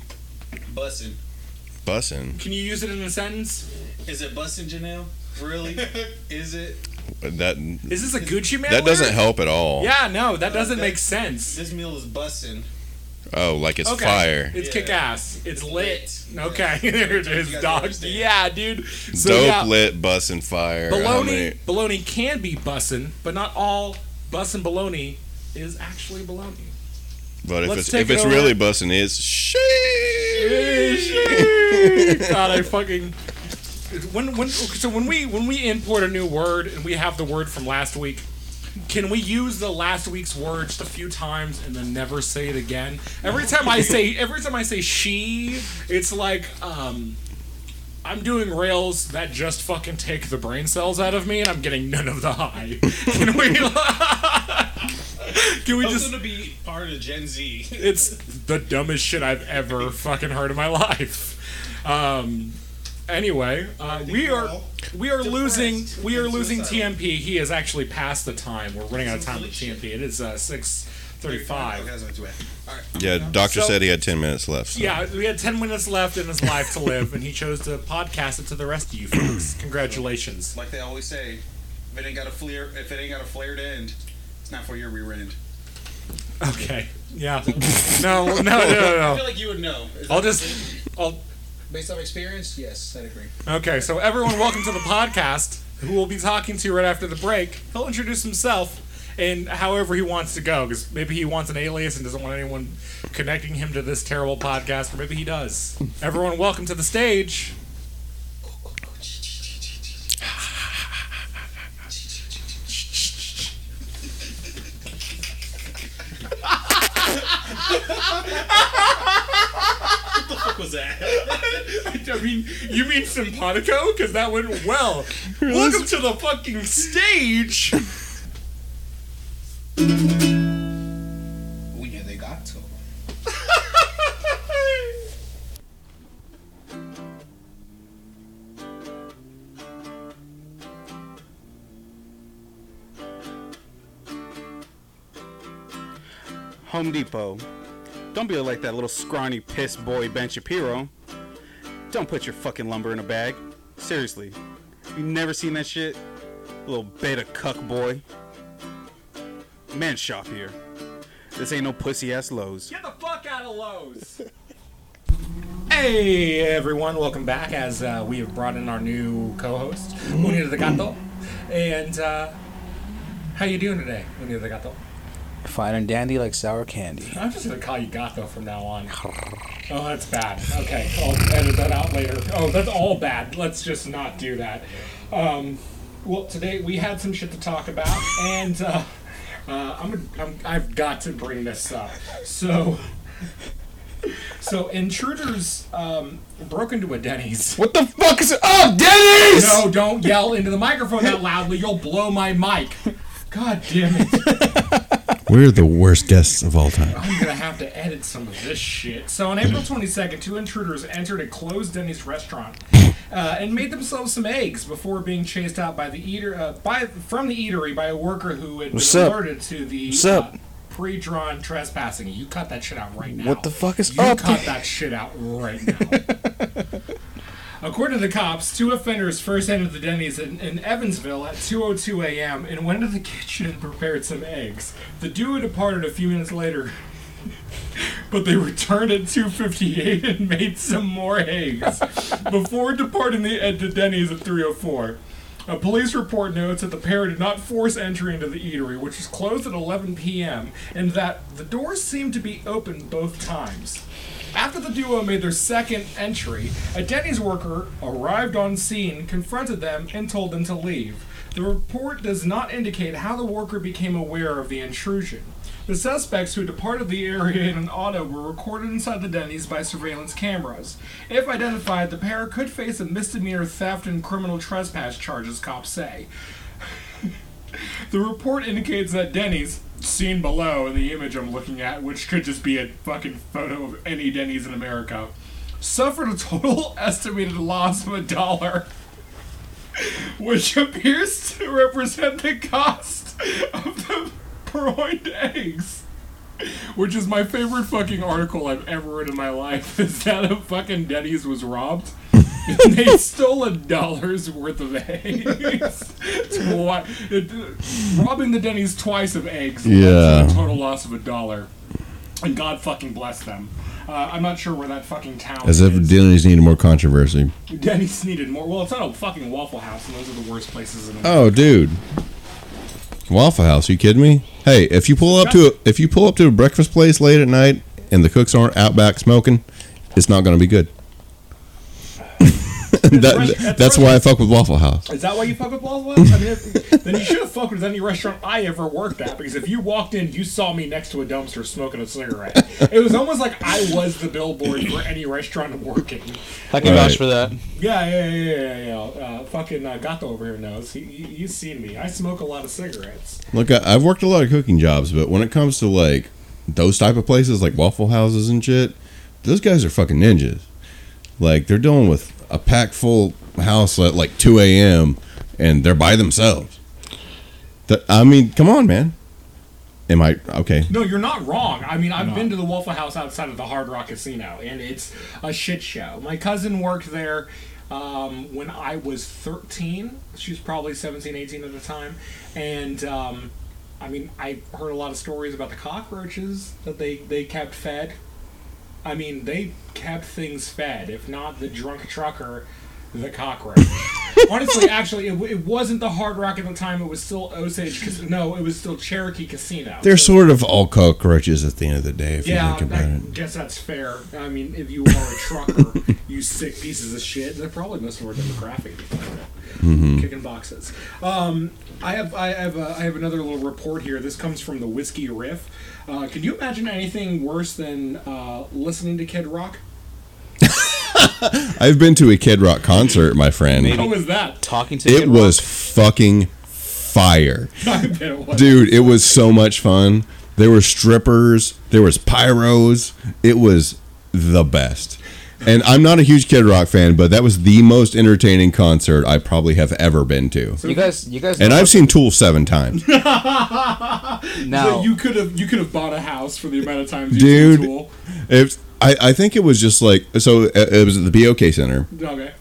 Bussin.
Bussin.
Can you use it in a sentence?
Is it bussin, Janelle? Really? Is it?
That
Is this a Gucci man?
that
word?
doesn't help at all.
Yeah, no, that doesn't
Uh, that-
make sense.
This meal is bussin.
Oh, like it's
Okay.
fire.
It's
Yeah.
kick ass. It's lit.
lit.
Okay, there it is,
You guys
dog.
understand.
Yeah, dude. So,
Dope
yeah,
lit bussin fire. How
Bologna,
many-
bologna can be bussin', but not all bussin' bologna is actually bologna.
But if
Let's
it's
take
if
it
it's
over.
really bussin, it's sheesh.
God, I fucking. When, when, so when we when we import a new word and we have the word from last week, can we use the last week's word just a few times and then never say it again? Every time I say every time I say she, it's like um, I'm doing rails that just fucking take the brain cells out of me and I'm getting none of the high. Can we? can we
I'm
just?
gonna be part of Gen Z.
it's the dumbest shit I've ever fucking heard in my life. Um, anyway, uh, we
we're
are
all
we are losing
depressed
we are
and
losing
suicidal.
TMP. He has actually passed the time. We're running out of time with
Holy shit.
TMP. It is uh, six
Okay,
thirty-five.
that's not too bad. All right.
Yeah, doctor
So-
said he had ten minutes left. so-
Yeah, we had ten minutes left in his life to live, and he chose to podcast it to the rest of you folks. Congratulations.
Like they always say, if it ain't got a flare, if it ain't got a flared end, it's not for your rear end.
Okay. Yeah. No. No. No. No.
I
no.
feel like you would know. Is
I'll
that-
just. I'll.
Based on experience, yes, I'd agree.
Okay, so everyone, welcome to the podcast. Who we'll be talking to right after the break? He'll introduce himself and however he wants to go, because maybe he wants an alias and doesn't want anyone connecting him to this terrible podcast, or maybe he does. Everyone, welcome to the stage.
What was that?
I mean, you mean simpatico? Because that went well. Welcome to the fucking stage.
We knew they got to.
Home Depot. Don't be like that little scrawny piss boy Ben Shapiro. Don't put your fucking lumber in a bag. Seriously. You never seen that shit? Little beta cuck boy. Man shop here. This ain't no pussy ass Lowe's.
Get the fuck out of Lowe's. hey everyone, welcome back. As uh, we have brought in our new co-host, Munir de Gato, and uh, how you doing today, Munir de Gato?
Fine and dandy like sour candy.
I'm just gonna call you Gato from now on. Oh, that's bad. Okay, I'll edit that out later. Oh, that's all bad. Let's just not do that. Um, well, today we had some shit to talk about, and uh, uh, I'm, I'm I've got to bring this up. So, so intruders um, broke into a Denny's.
What the fuck is up, Denny's?
No, don't yell into the microphone that loudly. You'll blow my mic. God damn it.
We're the worst guests of all time.
I'm gonna have to edit some of this shit. So on April 22nd, two intruders entered a closed Denny's restaurant uh, and made themselves some eggs before being chased out by the eater uh, by from the eatery by a worker who had
What's
been
up?
alerted to the
What's up?
uh, pre-drawn trespassing. You cut that shit out right now.
What the fuck is
you
up?
cut that shit out right now. According to the cops, two offenders first entered the Denny's in, in Evansville at 2:02 a.m. and went into the kitchen and prepared some eggs. The duo departed a few minutes later, but they returned at 2:58 and made some more eggs before departing the, at the Denny's at 3:04. A police report notes that the pair did not force entry into the eatery, which was closed at 11 p.m., and that the doors seemed to be open both times. After the duo made their second entry, a Denny's worker arrived on scene, confronted them, and told them to leave. The report does not indicate how the worker became aware of the intrusion. The suspects who departed the area in an auto were recorded inside the Denny's by surveillance cameras. If identified, the pair could face a misdemeanor theft and criminal trespass charges, cops say. The report indicates that Denny's seen below in the image I'm looking at, which could just be a fucking photo of any Denny's in America, suffered a total estimated loss of a dollar, which appears to represent the cost of the broiled eggs. Which is my favorite fucking article I've ever read in my life is that a fucking Denny's was robbed. and they stole a dollar's worth of eggs. Twi- robbing the Denny's twice of eggs. led to
Yeah.
a Total loss of a dollar. And God fucking bless them. Uh, I'm not sure where that fucking town
As if
is.
Denny's needed more controversy.
Denny's needed more. Well, it's not a fucking Waffle House, and those are the worst places in the
Oh, dude. Waffle House? You kidding me? Hey, if you pull up to a, if you pull up to a breakfast place late at night and the cooks aren't out back smoking, it's not going to be good. that, that's why I fuck with Waffle House.
Is that why you fuck with Waffle House? I mean, if, then you should have fucked with any restaurant I ever worked at because if you walked in, you saw me next to a dumpster smoking a cigarette. It was almost like I was the billboard for any restaurant I'm working.
I can
Right.
vouch for that.
Yeah, yeah, yeah, yeah, yeah. Uh, fucking uh, Gato over here knows. He, he, he's seen me. I smoke a lot of cigarettes.
Look, I, I've worked a lot of cooking jobs, but when it comes to like those type of places, like waffle houses and shit, those guys are fucking ninjas. Like they're dealing with a packed full house at like 2 a.m. and they're by themselves. Th- I mean, come on, man. Am I okay?
No, you're not wrong. I mean, I've been to the Waffle House outside of the Hard Rock Casino, and it's a shit show. My cousin worked there um, when I was 13. She was probably 17, 18 at the time. And, um, I mean, I heard a lot of stories about the cockroaches that they, they kept fed. I mean, they kept things fed. If not the drunk trucker, the cockroach. Honestly, actually, it, w- it wasn't the Hard Rock at the time. It was still Osage. Cas- no, it was still Cherokee Casino.
They're
So-
sort of all cockroaches at the end of the day, if
yeah,
you think
I
about it.
guess that's fair. I mean, if you are a trucker, you sick pieces of shit. They're probably most of our demographic.
Mm-hmm.
Kicking boxes. Um, I have, I have, uh, I have another little report here. This comes from the Whiskey Riff. Uh, can you imagine anything worse than uh, listening to Kid Rock?
I've been to a Kid Rock concert, my friend.
How was that?
Talking to
It
Kid Rock.
was fucking fire.
I bet it was.
dude it was so much fun there were strippers there was pyros it was the best and i'm not a huge kid rock fan but that was the most entertaining concert i probably have ever been to
You guys, you guys.
and
know
i've seen tool seven times
now.
So you could have, you could have bought a house for the amount of times you
Dude.
did Tool.
It- I, I think it was just like so uh, it was at the bok center
Okay.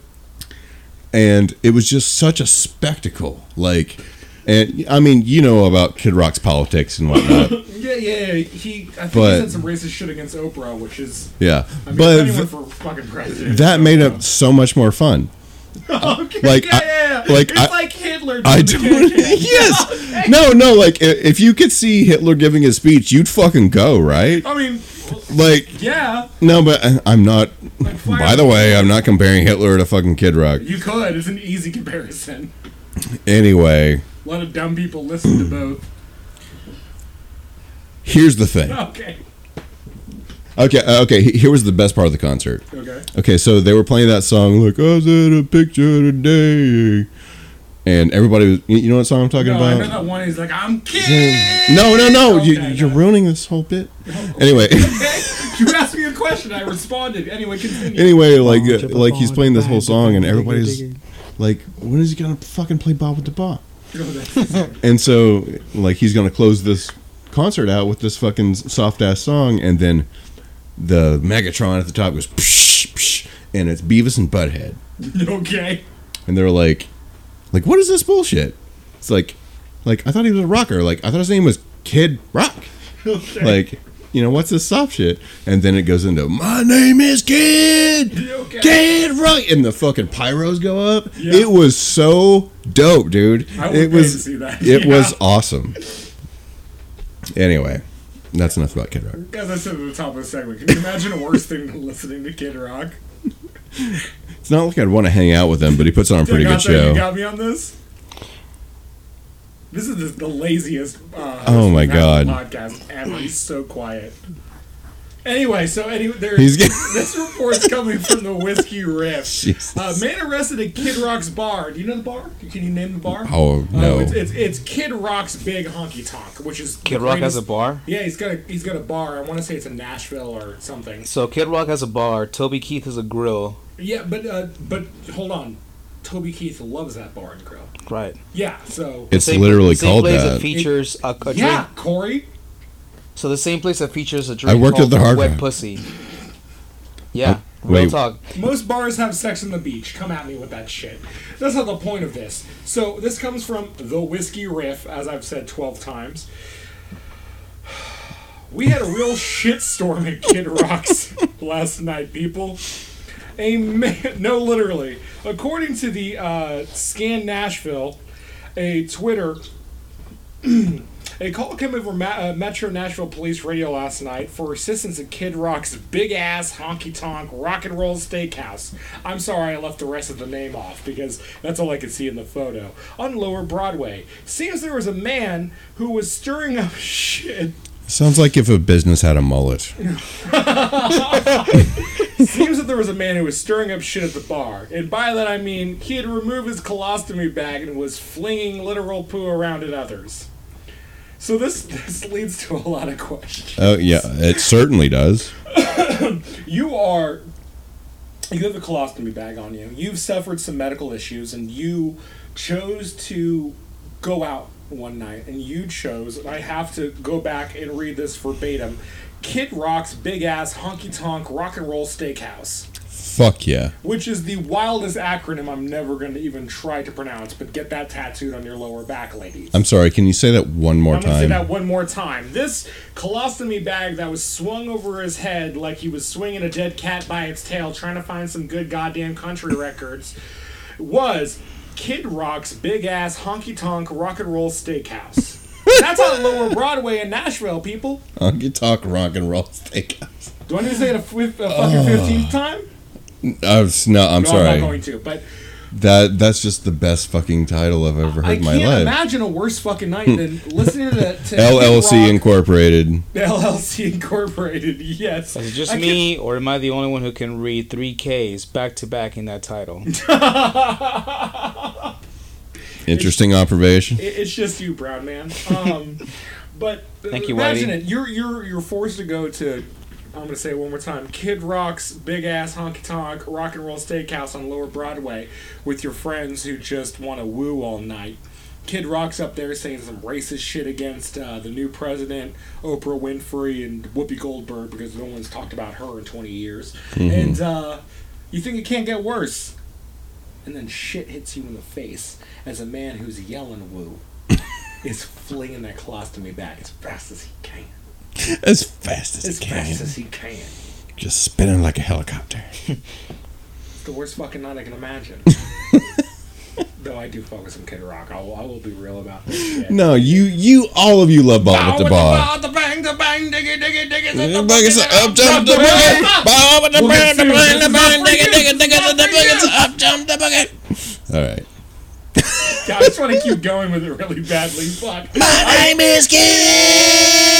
and it was just such a spectacle like and i mean you know about kid rock's politics and whatnot
Yeah, yeah, yeah. He, I think
But-
he said some racist shit against Oprah, which is,
yeah
I mean,
but
if anyone
th-
for fucking president.
that
it's
made
Oprah.
it so much more fun Like,
yeah,
I-
yeah, yeah.
like,
it's
I-
like Hitler.
I
doing
do.
the KKK.
yes. No, no. Like i- if you could see Hitler giving his speech, you'd fucking go, right?
I mean,
Like
yeah.
no, but I- I'm not.
Like, fire-
By the way, I'm not comparing Hitler to fucking Kid Rock.
you could. It's an easy comparison.
Anyway,
A lot of dumb people listen to both.
here's the thing.
Okay.
Okay, uh, okay. he- Here was the best part of the concert.
Okay.
Okay, so they were playing that song like I said a picture today, and everybody was. You you know what song I'm talking
No, I
about?
know that one. He's like, I'm kidding.
No, no, no. you,
Okay,
you're
no.
ruining this whole bit. Anyway.
Okay. You asked me a question. I responded. Anyway, continue.
anyway, like uh, like he's playing this whole song, and everybody's like, "When is he gonna fucking play Bob with the Bob?" And so, like, he's gonna close this concert out with this fucking soft ass song, and then the Megatron at the top goes, psh, psh, and it's Beavis and Butthead,
okay.
and they're like, "Like, what is this bullshit?" It's like, like I thought he was a rocker. Like I thought his name was Kid Rock. Like. You know what's this soft shit? And then it goes into my name is Kid
Okay.
Get right, and the fucking pyros go up.
Yeah.
It was so dope, dude.
I would
it
pay
was
to see that.
it
Yeah.
was awesome. Anyway, that's enough about Kid Rock.
As I said at the top of the segment, can you imagine a worse thing than listening to Kid Rock?
It's not like I'd want to hang out with him, but he puts on a pretty good
Gato, You
show.
got me on this. This is the, the laziest. Uh,
Oh my
national
God.
Podcast ever. He's so quiet. Anyway, so anyway, there,
He's get-
this report's coming from the Whiskey Riff.
Jesus.
Uh, man arrested at Kid Rock's bar. Do you know the bar? Can you name the bar?
Oh,
Uh,
no.
it's, it's, it's Kid Rock's Big Honky Tonk, which is the
Kid Rock has
greatest-
a bar?
Yeah, he's got a he's got a bar. I want to say it's in Nashville or something.
So Kid Rock has a bar. Toby Keith has a grill.
Yeah, but uh, but hold on, Toby Keith loves that bar and grill.
Right.
Yeah, so
It's
Same-
literally
same
called
place
that.
features a, a
yeah,
drink.
Corey.
So the same place that features a drink.
I worked
called
at the Hard
Wet
Rock.
Pussy. Yeah.
Oh,
real
wait.
talk.
Most bars have sex on the beach. Come at me with that shit. That's not the point of this. So this comes from the whiskey riff, as I've said twelve times. We had a real shitstorm at Kid Rock's last night, people. A man, no, literally, according to the uh, Scan Nashville, a Twitter A call came in from Ma- uh, Metro Nashville Police Radio last night for assistance at Kid Rock's big ass honky tonk rock and roll steakhouse. I'm sorry I left the rest of the name off because that's all I could see in the photo. On Lower Broadway. Seems there was a man who was stirring up shit.
Sounds like if a business had a mullet.
Seems that there was a man who was stirring up shit at the bar. And by that I mean he had removed his colostomy bag and was flinging literal poo around at others. So this, this leads to a lot of questions.
Oh yeah, it certainly does.
you are you have a colostomy bag on you you've suffered some medical issues and you chose to go out one night and you chose and i have to go back and read this verbatim kid rock's big ass honky tonk rock and roll steakhouse
Fuck yeah.
which is the wildest acronym i'm never going to even try to pronounce but get that tattooed on your lower back ladies
I'm sorry. Can you say that one more
I'm gonna say
time?
that one more time. This colostomy bag that was swung over his head like he was swinging a dead cat by its tail, trying to find some good goddamn country records, was Kid Rock's big ass honky tonk rock and roll steakhouse. That's on Lower Broadway in Nashville, people.
Honky talk rock and roll steakhouse.
Do I need to say it a, fif- a fucking fifteenth time?
I was, Oh, no, I'm
No, I'm not
Ah. sorry.
going to. But
That that's just the best fucking title I've ever
I
heard in my Hmm.
can't
life.
imagine a worse fucking night than listening to, to Kid
LLC
Rock-
Incorporated.
LLC Incorporated. Yes,
Is it just
I can't-
me, or am I the only one who can read three Ks back to back in that title?
Interesting observation.
It, it's just you, Brown Man. Um, but
Thank you,
imagine
Whitey.
it. You're you're you're forced to go to. I'm gonna say it one more time. Kid Rock's big ass honky tonk rock and roll steakhouse on Lower Broadway with your friends who just want to woo all night. Kid Rock's up there saying some racist shit against uh, the new president, Oprah Winfrey, and Whoopi Goldberg because no one's talked about her in 20 years.
Mm-hmm.
And uh, you think it can't get worse. And then shit hits you in the face as a man who's yelling woo is flinging that colostomy back as fast as he can.
As fast as
As
it can.
fast as he can.
Just spinning like a helicopter.
It's the worst fucking night I can imagine. Though I do focus on Kid Rock. I will, I will be real about this shit.
No, you you all of you love Bob at the bar.
The bang, the bang, diggy, diggy, diggy,
Bang,
diggy,
bang, it's
diggy,
up, jump,
diggy,
the
diggy,
boogie. Bob at the
We'll
bang,
get sued.
the bang,
This
the
is
bang,
not for
digga,
you.
digga,
This is
digga,
not
the
for
boogie,
you.
it's up, jump, the boogie. All right.
I just want to keep going with it really badly. Fuck.
My name is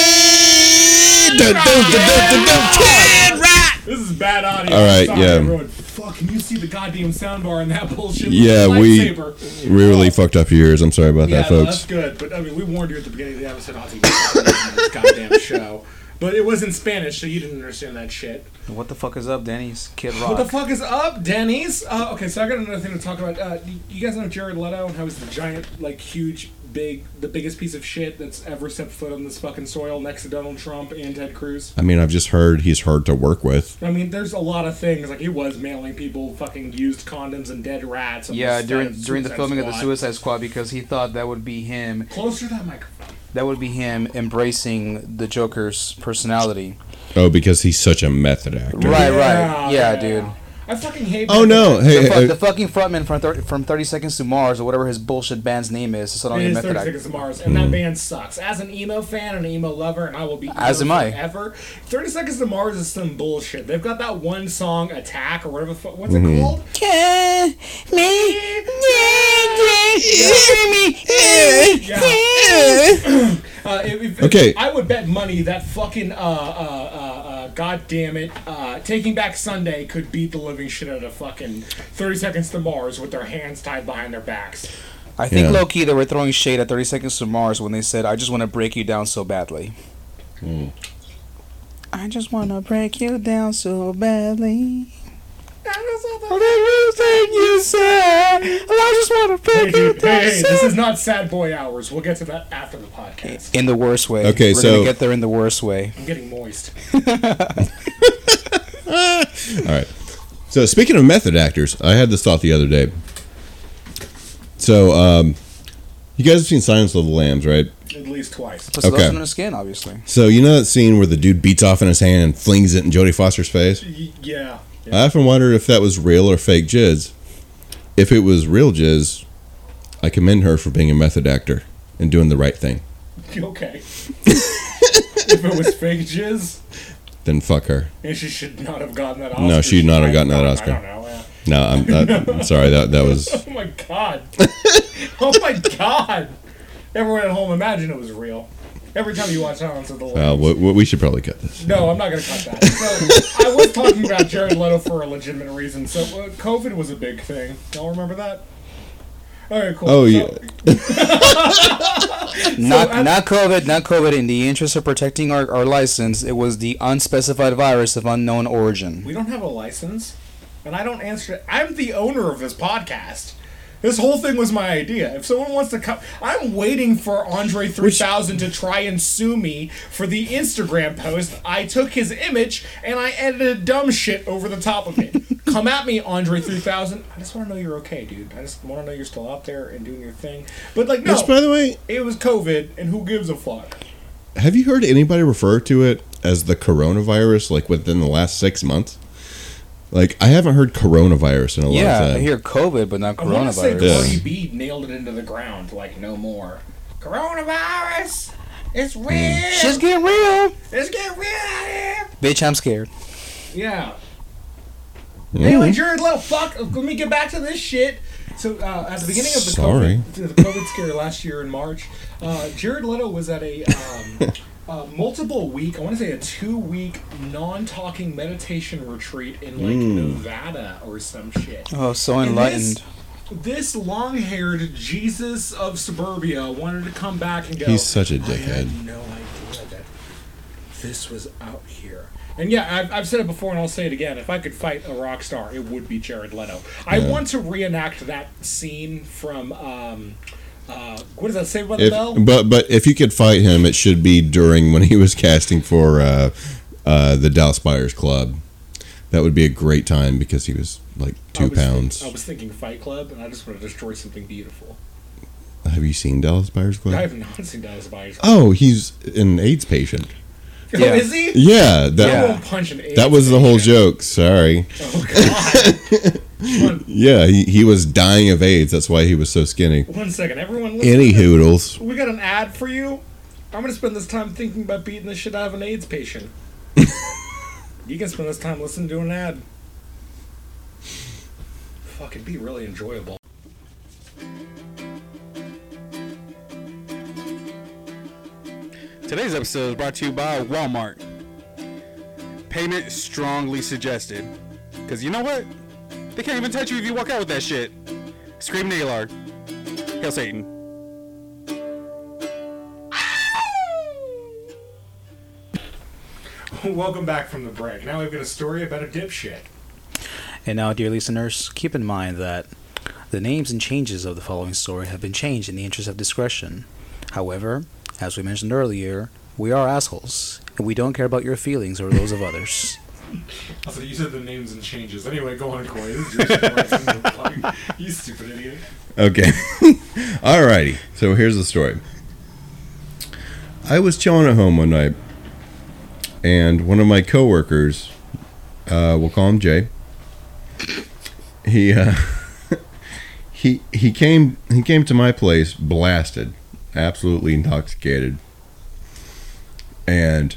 Kid. Dun, dun, dun, dun, dun, dun, Kid Rock.
This is bad audio.
All right,
Sorry,
yeah.
Everyone. Fuck, can you see the goddamn soundbar in that bullshit?
Yeah, we-
Lightsaber.
We really fucked up your ears. I'm sorry about
Yeah,
that,
no, that's
folks.
good. But I mean, we warned you at the beginning of the episode not to use this goddamn show. But it was in Spanish, so you didn't understand that shit.
what the fuck is up, Denny's? Kid
What the
Rock.
fuck is up, Denny's? Uh, okay, so I got another thing to talk about. Uh, you- you guys know Jared Leto and how he's the giant, like, huge, big, the biggest piece of shit that's ever stepped foot on this fucking soil next to Donald Trump and Ted Cruz?
I mean, I've just heard he's hard to work with.
I mean, there's a lot of things. Like, he was mailing people fucking used condoms and dead rats. on
Yeah,
the
during
set of
during the
Suicide
filming of the
Squad.
Suicide Squad because he thought that would be him.
Closer to that microphone.
That would be him embracing the Joker's personality.
Oh, because he's such a method actor.
Right, right. Yeah, dude.
I fucking hate
Oh
that.
no! Hey,
The, fu-
hey,
the fucking frontman from 30, from Thirty Seconds to Mars or whatever his bullshit band's name is. It's not
It
even
is
method
30
actor.
Seconds to Mars, and that band sucks. As an emo fan and an emo lover, and I will be emo
As am I.
forever. 30 Seconds to Mars is some bullshit. They've got that one song, Attack, or whatever. the fu- What's it called? Yeah. Uh, if, if-
Okay.
I would bet money that fucking uh, uh, uh, uh, God damn it, uh, Taking Back Sunday could beat the living shit out of fucking Thirty Seconds to Mars with their hands tied behind their backs.
I think
Yeah.
low key they were throwing shade at 30 Seconds to Mars when they said, "I just want to break you down so badly."
Hmm.
I just want to break you down so badly. Everything you said, "Oh, I just want to
Hey,
break you
dude,
down.
hey,
so
this is not sad boy hours. We'll get to that after the podcast.
in the worst way.
Okay,
we're
so-
gonna get there in the worst way.
I'm getting moist.
All right. So speaking of method actors, I had this thought the other day. So, um, you guys have seen Silence of the Lambs, right?
At least twice.
Puts okay.
Okay.
on the skin, obviously.
So you know that scene where the dude beats off in his hand and flings it in Jodie Foster's face?
Y- yeah.
I often wondered if that was real or fake jizz. If it was real jizz, I commend her for being a method actor and doing the right thing.
Okay. if it was fake jizz,
Then fuck her.
and she should not have gotten that Oscar.
No, she would not have
might
gotten that
gotten, I
Oscar.
don't know. yeah.
No, I'm, I, I'm sorry. That that was
Oh my god. oh my god. Everyone at home, imagine it was real. Every time you watch Silence of the Lambs.
uh, we, we should probably cut this.
No, I'm not going to cut that. So, I was talking about Jared Leto for a legitimate reason. So, uh, COVID was a big thing. Y'all remember that? All right, cool.
Oh
So-
yeah,
not
at-
not COVID, not COVID. In the interest of protecting our, our license, it was the unspecified virus of unknown origin.
We don't have a license, and I don't answer. I'm the owner of this podcast. This whole thing was my idea. If someone wants to come, I'm waiting for Andre 3000 to try and sue me for the Instagram post. I took his image and I edited dumb shit over the top of it. come at me, Andre 3000. I just want to know you're okay, dude. I just want to know you're still out there and doing your thing. But like, no,
Which, by the way,
it was COVID, and who gives a fuck?
have you heard anybody refer to it as the coronavirus? Like within the last six months? Like I haven't heard coronavirus in a long
Yeah,
time.
I hear COVID, but not
I want to say
coronavirus.
Yeah.
Cardi B nailed it into the ground, like no more. Coronavirus, it's real.
Shit's getting real,
Let's get real out here.
bitch. I'm scared.
Yeah.
Yeah.
Anyway, Jared Leto, fuck. Let me get back to this shit. So uh, at the beginning of the
Sorry.
COVID, the COVID scare last year in March, uh, Jared Leto was at a. Um, Uh, multiple week, I want to say a two week non talking meditation retreat in like
Hmm.
Nevada or some shit.
Oh, so
And
enlightened.
This, this long-haired Jesus of suburbia wanted to come back and go.
He's such a
I had
dickhead.
no idea that this was out here. And yeah, I've, I've said it before, and I'll say it again. If I could fight a rock star, it would be Jared Leto. I want to reenact that scene from um, uh, what is that? Saved by the
If,
Bell.
but but if you could fight him, it should be during when he was casting for uh, uh, the Dallas Buyers Club. That would be a great time because he was like
I
two
was think-
pounds.
I was thinking Fight Club, and I just want to destroy something beautiful.
Have you seen Dallas Buyers Club?
I have not seen Dallas Buyers. Club.
Oh, he's an AIDS patient.
Oh,
Yeah.
is he?
Yeah, that
I won't punch an
that was the whole joke. Sorry.
Oh God. One-
Yeah, he, he was dying of AIDS. That's why he was so skinny.
One second, everyone. Listen
Any
to this.
hoodles.
We got an ad for you. I'm gonna spend this time thinking about beating the shit out of an AIDS patient. you can spend this time listening to an ad. Fuck, it'd be really enjoyable.
Today's episode is brought to you by Walmart. Payment strongly suggested. Because you know what? They can't even touch you if you walk out with that shit. Scream Naylor. Hail Satan.
Welcome back from the break. Now we've got a story about a dipshit.
And now, dear listeners, keep in mind that the names and changes of the following story have been changed in the interest of discretion. However, as we mentioned earlier, we are assholes, and we don't care about your feelings or those of others.
Also, you said the names and changes. Anyway, go on, Corey. This is your story. you stupid idiot.
Okay. Alrighty. So here's the story. I was chilling at home one night, and one of my coworkers, uh, we'll call him Jay. He uh, he he came he came to my place blasted, absolutely intoxicated, and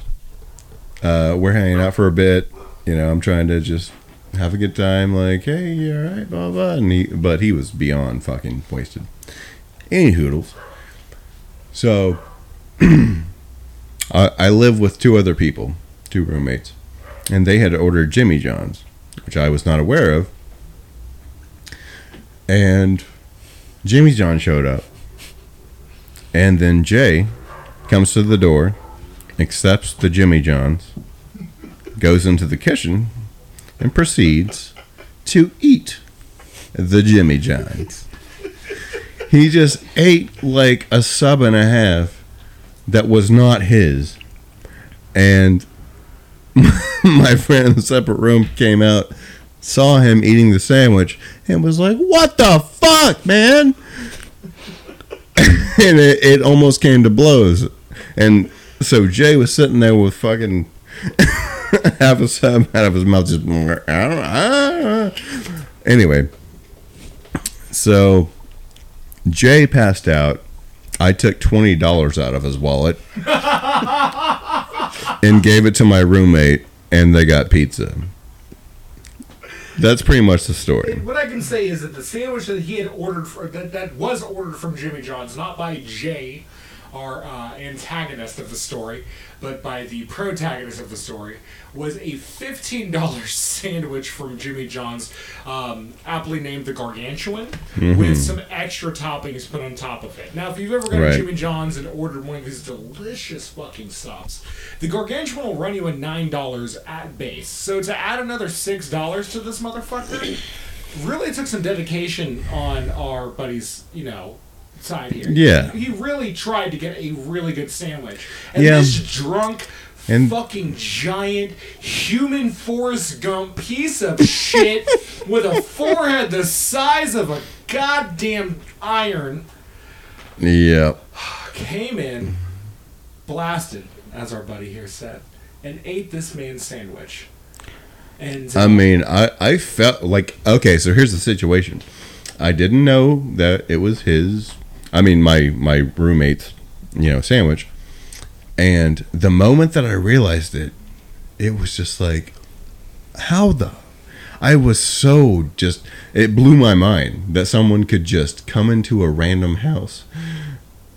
uh, we're hanging out for a bit. You know, I'm trying to just have a good time, like, hey, you alright, blah blah. And he, but he was beyond fucking wasted. Any hoodles. So I, I live with two other people, two roommates, and they had ordered Jimmy John's, which I was not aware of. And Jimmy John showed up. And then Jay comes to the door, accepts the Jimmy John's, goes into the kitchen, and proceeds to eat the Jimmy Johns. He just ate like a sub and a half that was not his. And my friend in the separate room came out, saw him eating the sandwich, and was like, What the fuck, man? and it, it almost came to blows. And so Jay was sitting there with fucking half a sub out of his mouth, just I don't, I don't know. anyway. So Jay passed out. I took twenty dollars out of his wallet and gave it to my roommate, and they got pizza. That's pretty much the story.
What I can say is that the sandwich that he had ordered for, that that was ordered from Jimmy John's, not by Jay, our uh, antagonist of the story, but by the protagonist of the story, was a fifteen dollar sandwich from Jimmy John's, um, aptly named the Gargantuan, with some extra toppings put on top of it. Now, if you've ever gone
Right.
to Jimmy John's and ordered one of these delicious fucking subs, the Gargantuan will run you a nine dollars at base. So to add another six dollars to this motherfucker. Really took some dedication on our buddy's, you know, side here.
Yeah.
He really tried to get a really good sandwich. And
Yeah.
this drunk,
And-
fucking giant, human Forrest Gump piece of shit with a forehead the size of a goddamn iron
Yeah.
came in, blasted, as our buddy here said, and ate this man's sandwich. And
I mean, I, I felt like okay. So here's the situation. I didn't know that it was his. I mean, my my roommate's, you know, sandwich. And the moment that I realized it, it was just like, how the. I was so just. It blew my mind that someone could just come into a random house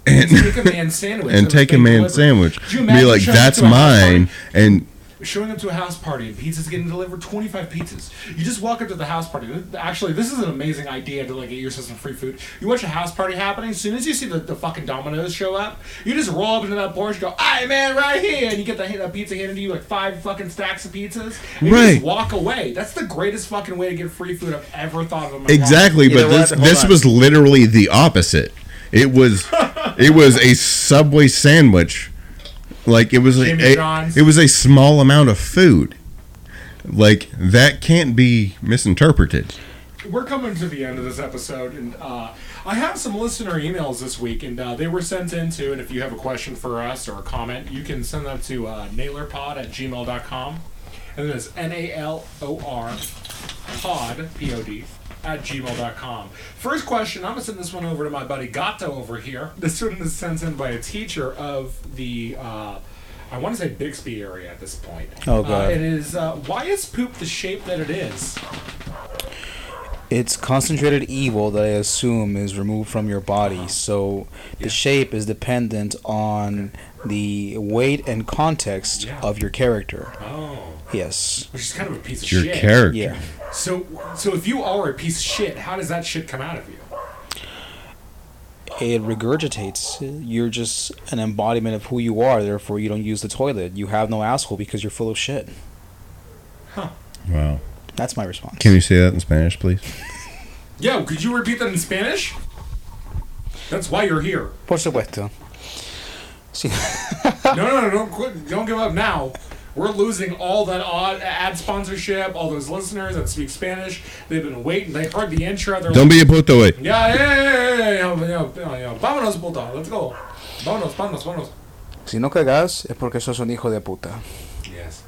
and
take a man's sandwich. that
and
was
take a
being
man's
delivered.
sandwich,
Could you
be
imagine
like,
showing
"That's
up to a house party?"
mine," and
showing up to a house party and pizza's getting delivered 25 pizzas you just walk up to the house party Th- actually this is an amazing idea to like get yourself some free food you watch a house party happening as soon as you see the, the fucking dominoes show up you just roll up into that porch go hey man right here and you get the, that pizza handed to you like five fucking stacks of pizzas and you
Right.
just walk away that's the greatest fucking way to get free food I've ever thought of in my life.
Exactly,
You know
but this
what? Hold
this
on.
was literally the opposite. It was it was a Subway sandwich. Like it was a,
Jimmy
a-
John's.
it was a small amount of food. Like that can't be misinterpreted.
we're coming to the end of this episode, and uh, I have some listener emails this week, and uh, they were sent in too. And if you have a question for us or a comment, you can send that to uh, nailerpod at gmail.com. And then it's N A L O R pod, P O D, at gmail.com. First question, I'm going to send this one over to my buddy Gato over here. This one is sent in by a teacher of the, uh, I want to say Bixby area at this point.
Oh, God.
Uh, it is, uh, why is poop the shape that it is?
It's concentrated evil that I assume is removed from your body, so the shape is dependent on the weight and context
Yeah.
of your character.
Oh.
Yes.
which is kind of a piece of
Your
shit.
character.
Yeah.
So, so if you are a piece of shit, how does that shit come out of you?
It regurgitates. You're just an embodiment of who you are, therefore, you don't use the toilet. You have no asshole because you're full of shit.
Wow.
That's my response.
Can you say that in Spanish, please?
Yo, could you repeat that in Spanish? That's why you're here.
Por supuesto.
No, no, no, don't quit. Don't give up now. We're losing all that odd ad sponsorship, all those listeners that speak Spanish. They've been waiting. They heard the intro. They're like,
Don't be a puto eh? way.
yeah, yeah, yeah, yeah, yeah, yeah, yeah, yeah, yeah. Vámonos, puta. Let's go. Vámonos, vámonos, vámonos.
Si no cagas, es porque sos un hijo de puta.
Yes.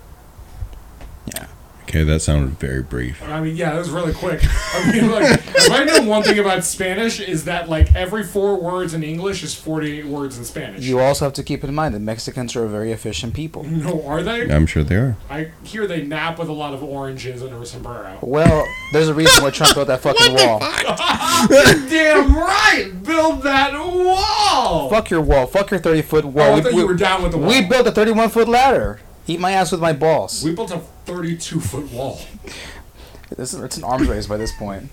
Yeah.
Okay, that sounded very brief.
I mean, yeah, that was really quick. I mean, like, if I know one thing about Spanish is that like every four words in English is forty-eight words in Spanish.
You also have to keep in mind that Mexicans are a very efficient people.
no, are they?
I'm sure they are.
I hear they nap with a lot of oranges under a sombrero.
Well, there's a reason why Trump built that fucking wall.
Damn right! Build that wall!
Fuck your wall. Fuck your 30 foot
Oh,
wall.
I thought you were down with the wall.
we built a 31 foot ladder. Eat my ass with my balls.
We built a 32 foot wall.
This is, it's an arms race by this point.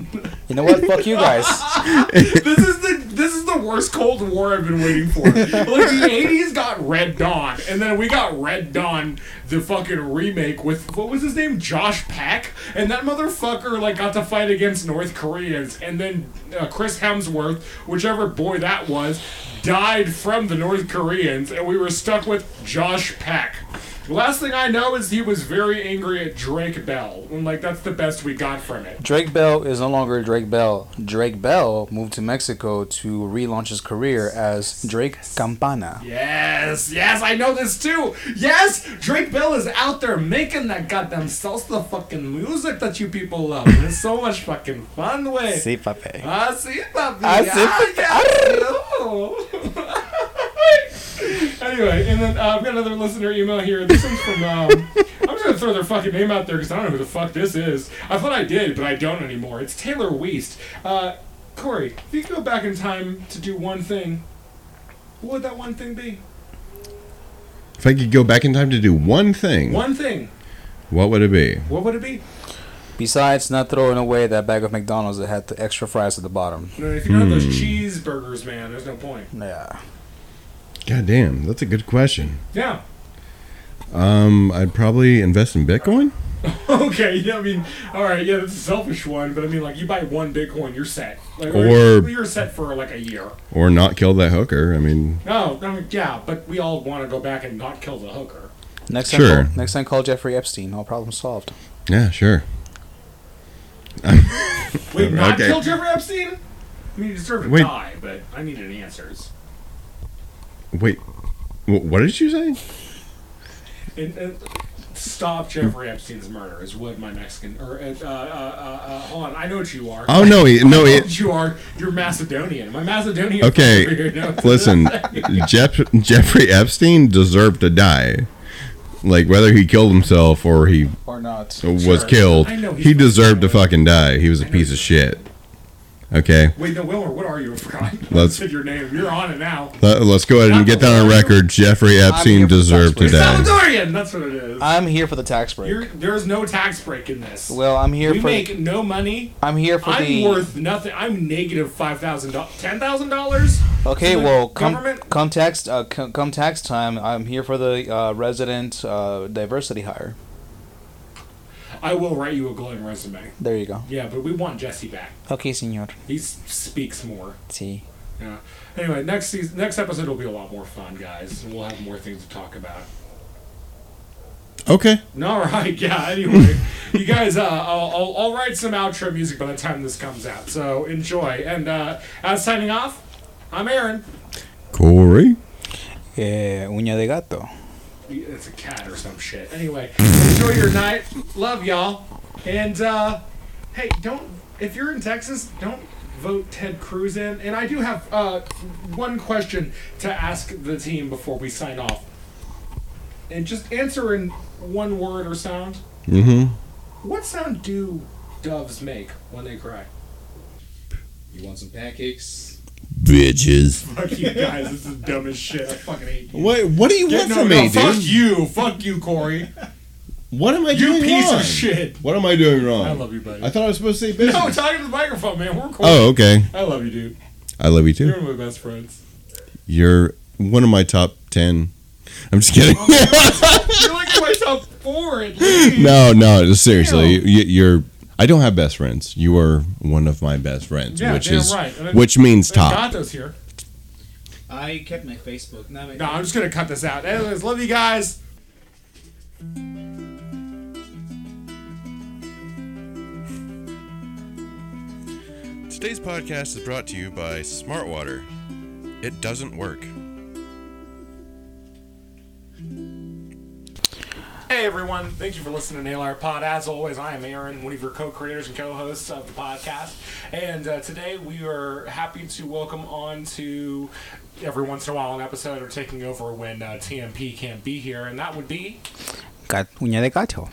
You know what? Fuck you guys.
this is the this is the worst Cold War I've been waiting for. Like the 80s got Red Dawn, and then we got Red Dawn, the fucking remake with what was his name, Josh Peck, and that motherfucker like got to fight against North Koreans, and then uh, Chris Hemsworth, whichever boy that was, died from the North Koreans, and we were stuck with Josh Peck. Last thing I know is he was very angry at Drake Bell, and like that's the best we got from it.
Drake Bell is no longer Drake Bell. Drake Bell moved to Mexico to relaunch his career as Drake Campana.
Yes, yes, I know this too. Yes, Drake Bell is out there making that goddamn salsa fucking music that you people love. It's so much fucking fun, way.
pape.
Ah, sí, papi.
Ah, sí,
Ah,
papi.
yes, no. anyway, and then uh, I've got another listener email here. This one's from. Um, I'm just gonna throw their fucking name out there because I don't know who the fuck this is. I thought I did, but I don't anymore. It's Taylor Weist. Uh, Corey, if you could go back in time to do one thing, what would that one thing be?
If I could go back in time to do one thing,
One thing.
what would it be?
What would it be?
Besides not throwing away that bag of McDonald's that had the extra fries at the bottom.
No, If you don't have those
Hmm.
cheeseburgers, man, there's no point.
Yeah.
God damn, that's a good question.
Yeah.
Um, I'd probably invest in Bitcoin.
Okay. Yeah. I mean, all right. Yeah, that's a selfish one, but I mean, like, you buy one Bitcoin, you're set. Like,
Or-
you're set for like a year.
Or not kill that hooker. I mean,
No. I mean, yeah, but we all want to go back and not kill the hooker.
Next time,
Sure.
call, next time call Jeffrey Epstein. All problem solved.
yeah, sure.
Wait, not
Okay.
kill Jeffrey Epstein? I mean, you deserve to
Wait.
die, but I needed answers.
Wait, wh- what did you say?
And, and stop Jeffrey Epstein's murder is what my Mexican or uh, uh, uh, uh, hold on, I know what you are.
Oh no, he, no,
I know
he,
what you are. You're Macedonian. My Macedonian.
Okay,
figure knows.
listen, Jeff, Jeffrey Epstein deserved to die. Like whether he killed himself or he
Or not.
was killed,
I know he's
he deserved to fucking die. He was a piece of shit. Okay,
Wait, no, Wilmer, what are you? I forgot.
Let's-
Said your name. You're on it now.
let, us go ahead and get that on record. Jeffrey Epstein
here for
deserved to
tax
die.
Salvadorian. That's what it is.
I'm here for the tax break.
You're, there's no tax break in this.
well, I'm here
we
for
make no money.
I'm here for
I'm
the
worth nothing. I'm negative five thousand dollars, ten thousand dollars.
Okay,
to the
well, come,
government?
come tax uh, come, come tax time. I'm here for the uh, resident uh, diversity hire.
I will write you a glowing resume.
There you go.
Yeah, but we want Jesse back.
Okay, senor.
He s- speaks more.
See.
Yeah. Anyway, next season, next episode will be a lot more fun, guys, and we'll have more things to talk about.
Okay,
All right, yeah. Anyway, you guys, uh, I'll, I'll, I'll write some outro music by the time this comes out. So enjoy. And uh, as signing off, I'm Aaron.
Corey.
Eh, uña de gato.
It's a cat or some shit. Anyway, enjoy your night. Love y'all. And uh, hey, don't if you're in Texas, don't vote Ted Cruz in. And I do have uh, one question to ask the team before we sign off. And just answer in one word or sound.
Mm-hmm.
What sound do doves make when they cry?
You want some pancakes?
Bitches.
Fuck you guys, this is dumb as shit. I fucking hate you.
What What do you
Yeah,
want
no,
from
no,
me,
fuck
dude?
you, fuck you, Corey.
What am I
You
doing
piece
wrong?
of shit.
What am I doing wrong?
I love you, buddy.
I thought I was supposed to say bitches.
No, talking to the microphone, man. We're cool.
oh, okay.
I love you, dude.
I love you
You're
too.
one of my best friends.
You're one of my top ten. I'm just kidding.
You're like my top four at least.
no, no, just seriously, you, you're. I don't have best friends. You are one of my best friends,
Yeah,
which
damn
is
right. And then-
which means
And
top.
Gato's here.
I kept my Facebook. Now
No, I'm just gonna cut this out. Anyways, love you guys.
Today's podcast is brought to you by Smartwater. It doesn't work.
Hey everyone, thank you for listening to Nail Art Pod. As always, I am Aaron, one of your co-creators and co-hosts of the podcast. And uh, today we are happy to welcome on to every once in a while an episode or taking over when uh, TMP can't be here, and that would be
Gat- Uña de gato.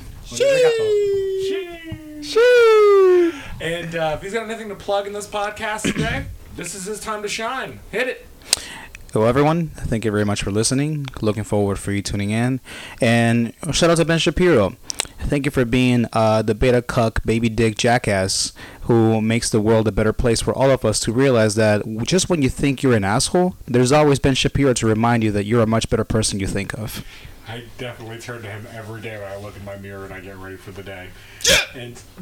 And uh, if he's got anything to plug in this podcast today, this is his time to shine. Hit it.
Hello, everyone. Thank you very much for listening. Looking forward for you tuning in. And shout out to Ben Shapiro. Thank you for being uh, the beta cuck, baby dick jackass who makes the world a better place for all of us to realize that just when you think you're an asshole, there's always Ben Shapiro to remind you that you're a much better person you think of.
I definitely turn to him every day when I look in my mirror and I get ready for the day. and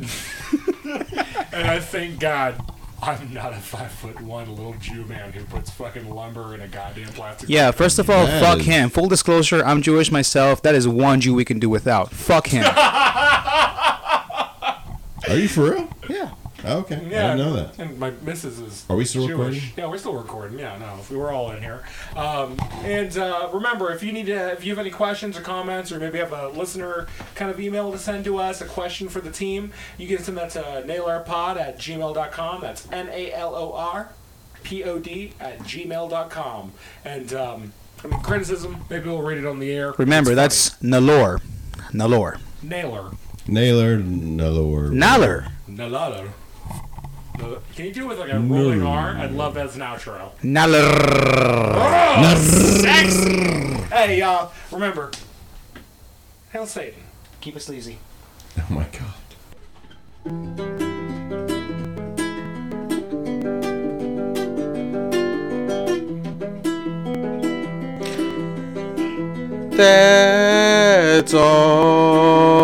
and I thank God I'm not a five foot one little Jew man who puts fucking lumber in a goddamn plastic.
Yeah, first of all,
That
fuck
is-
him. Full disclosure, I'm Jewish myself. That is one Jew we can do without. Fuck him.
Are you for real?
Yeah.
Okay.
Yeah,
I didn't know that.
And my missus is.
Are we still
Jewish.
recording?
Yeah, we're still recording. Yeah, no, we were all in here. Um, and uh, remember, if you need to, if you have any questions or comments, or maybe have a listener kind of email to send to us, a question for the team, you can send that to nailarpod at gmail.com. That's N A L O R P O D at gmail.com. And um, I mean, criticism, maybe we'll read it on the air.
Remember,
It's
that's Nalor. Nalor.
funny. Naylor.
Naylor, another word.
Nalor.
Nalor. Nal- Uh, Can you do it with like a rolling R? I'd love that as an outro.
Nalor.
Hey, y'all, remember, hail Satan. Keep it sleazy.
Oh my god.
That's all.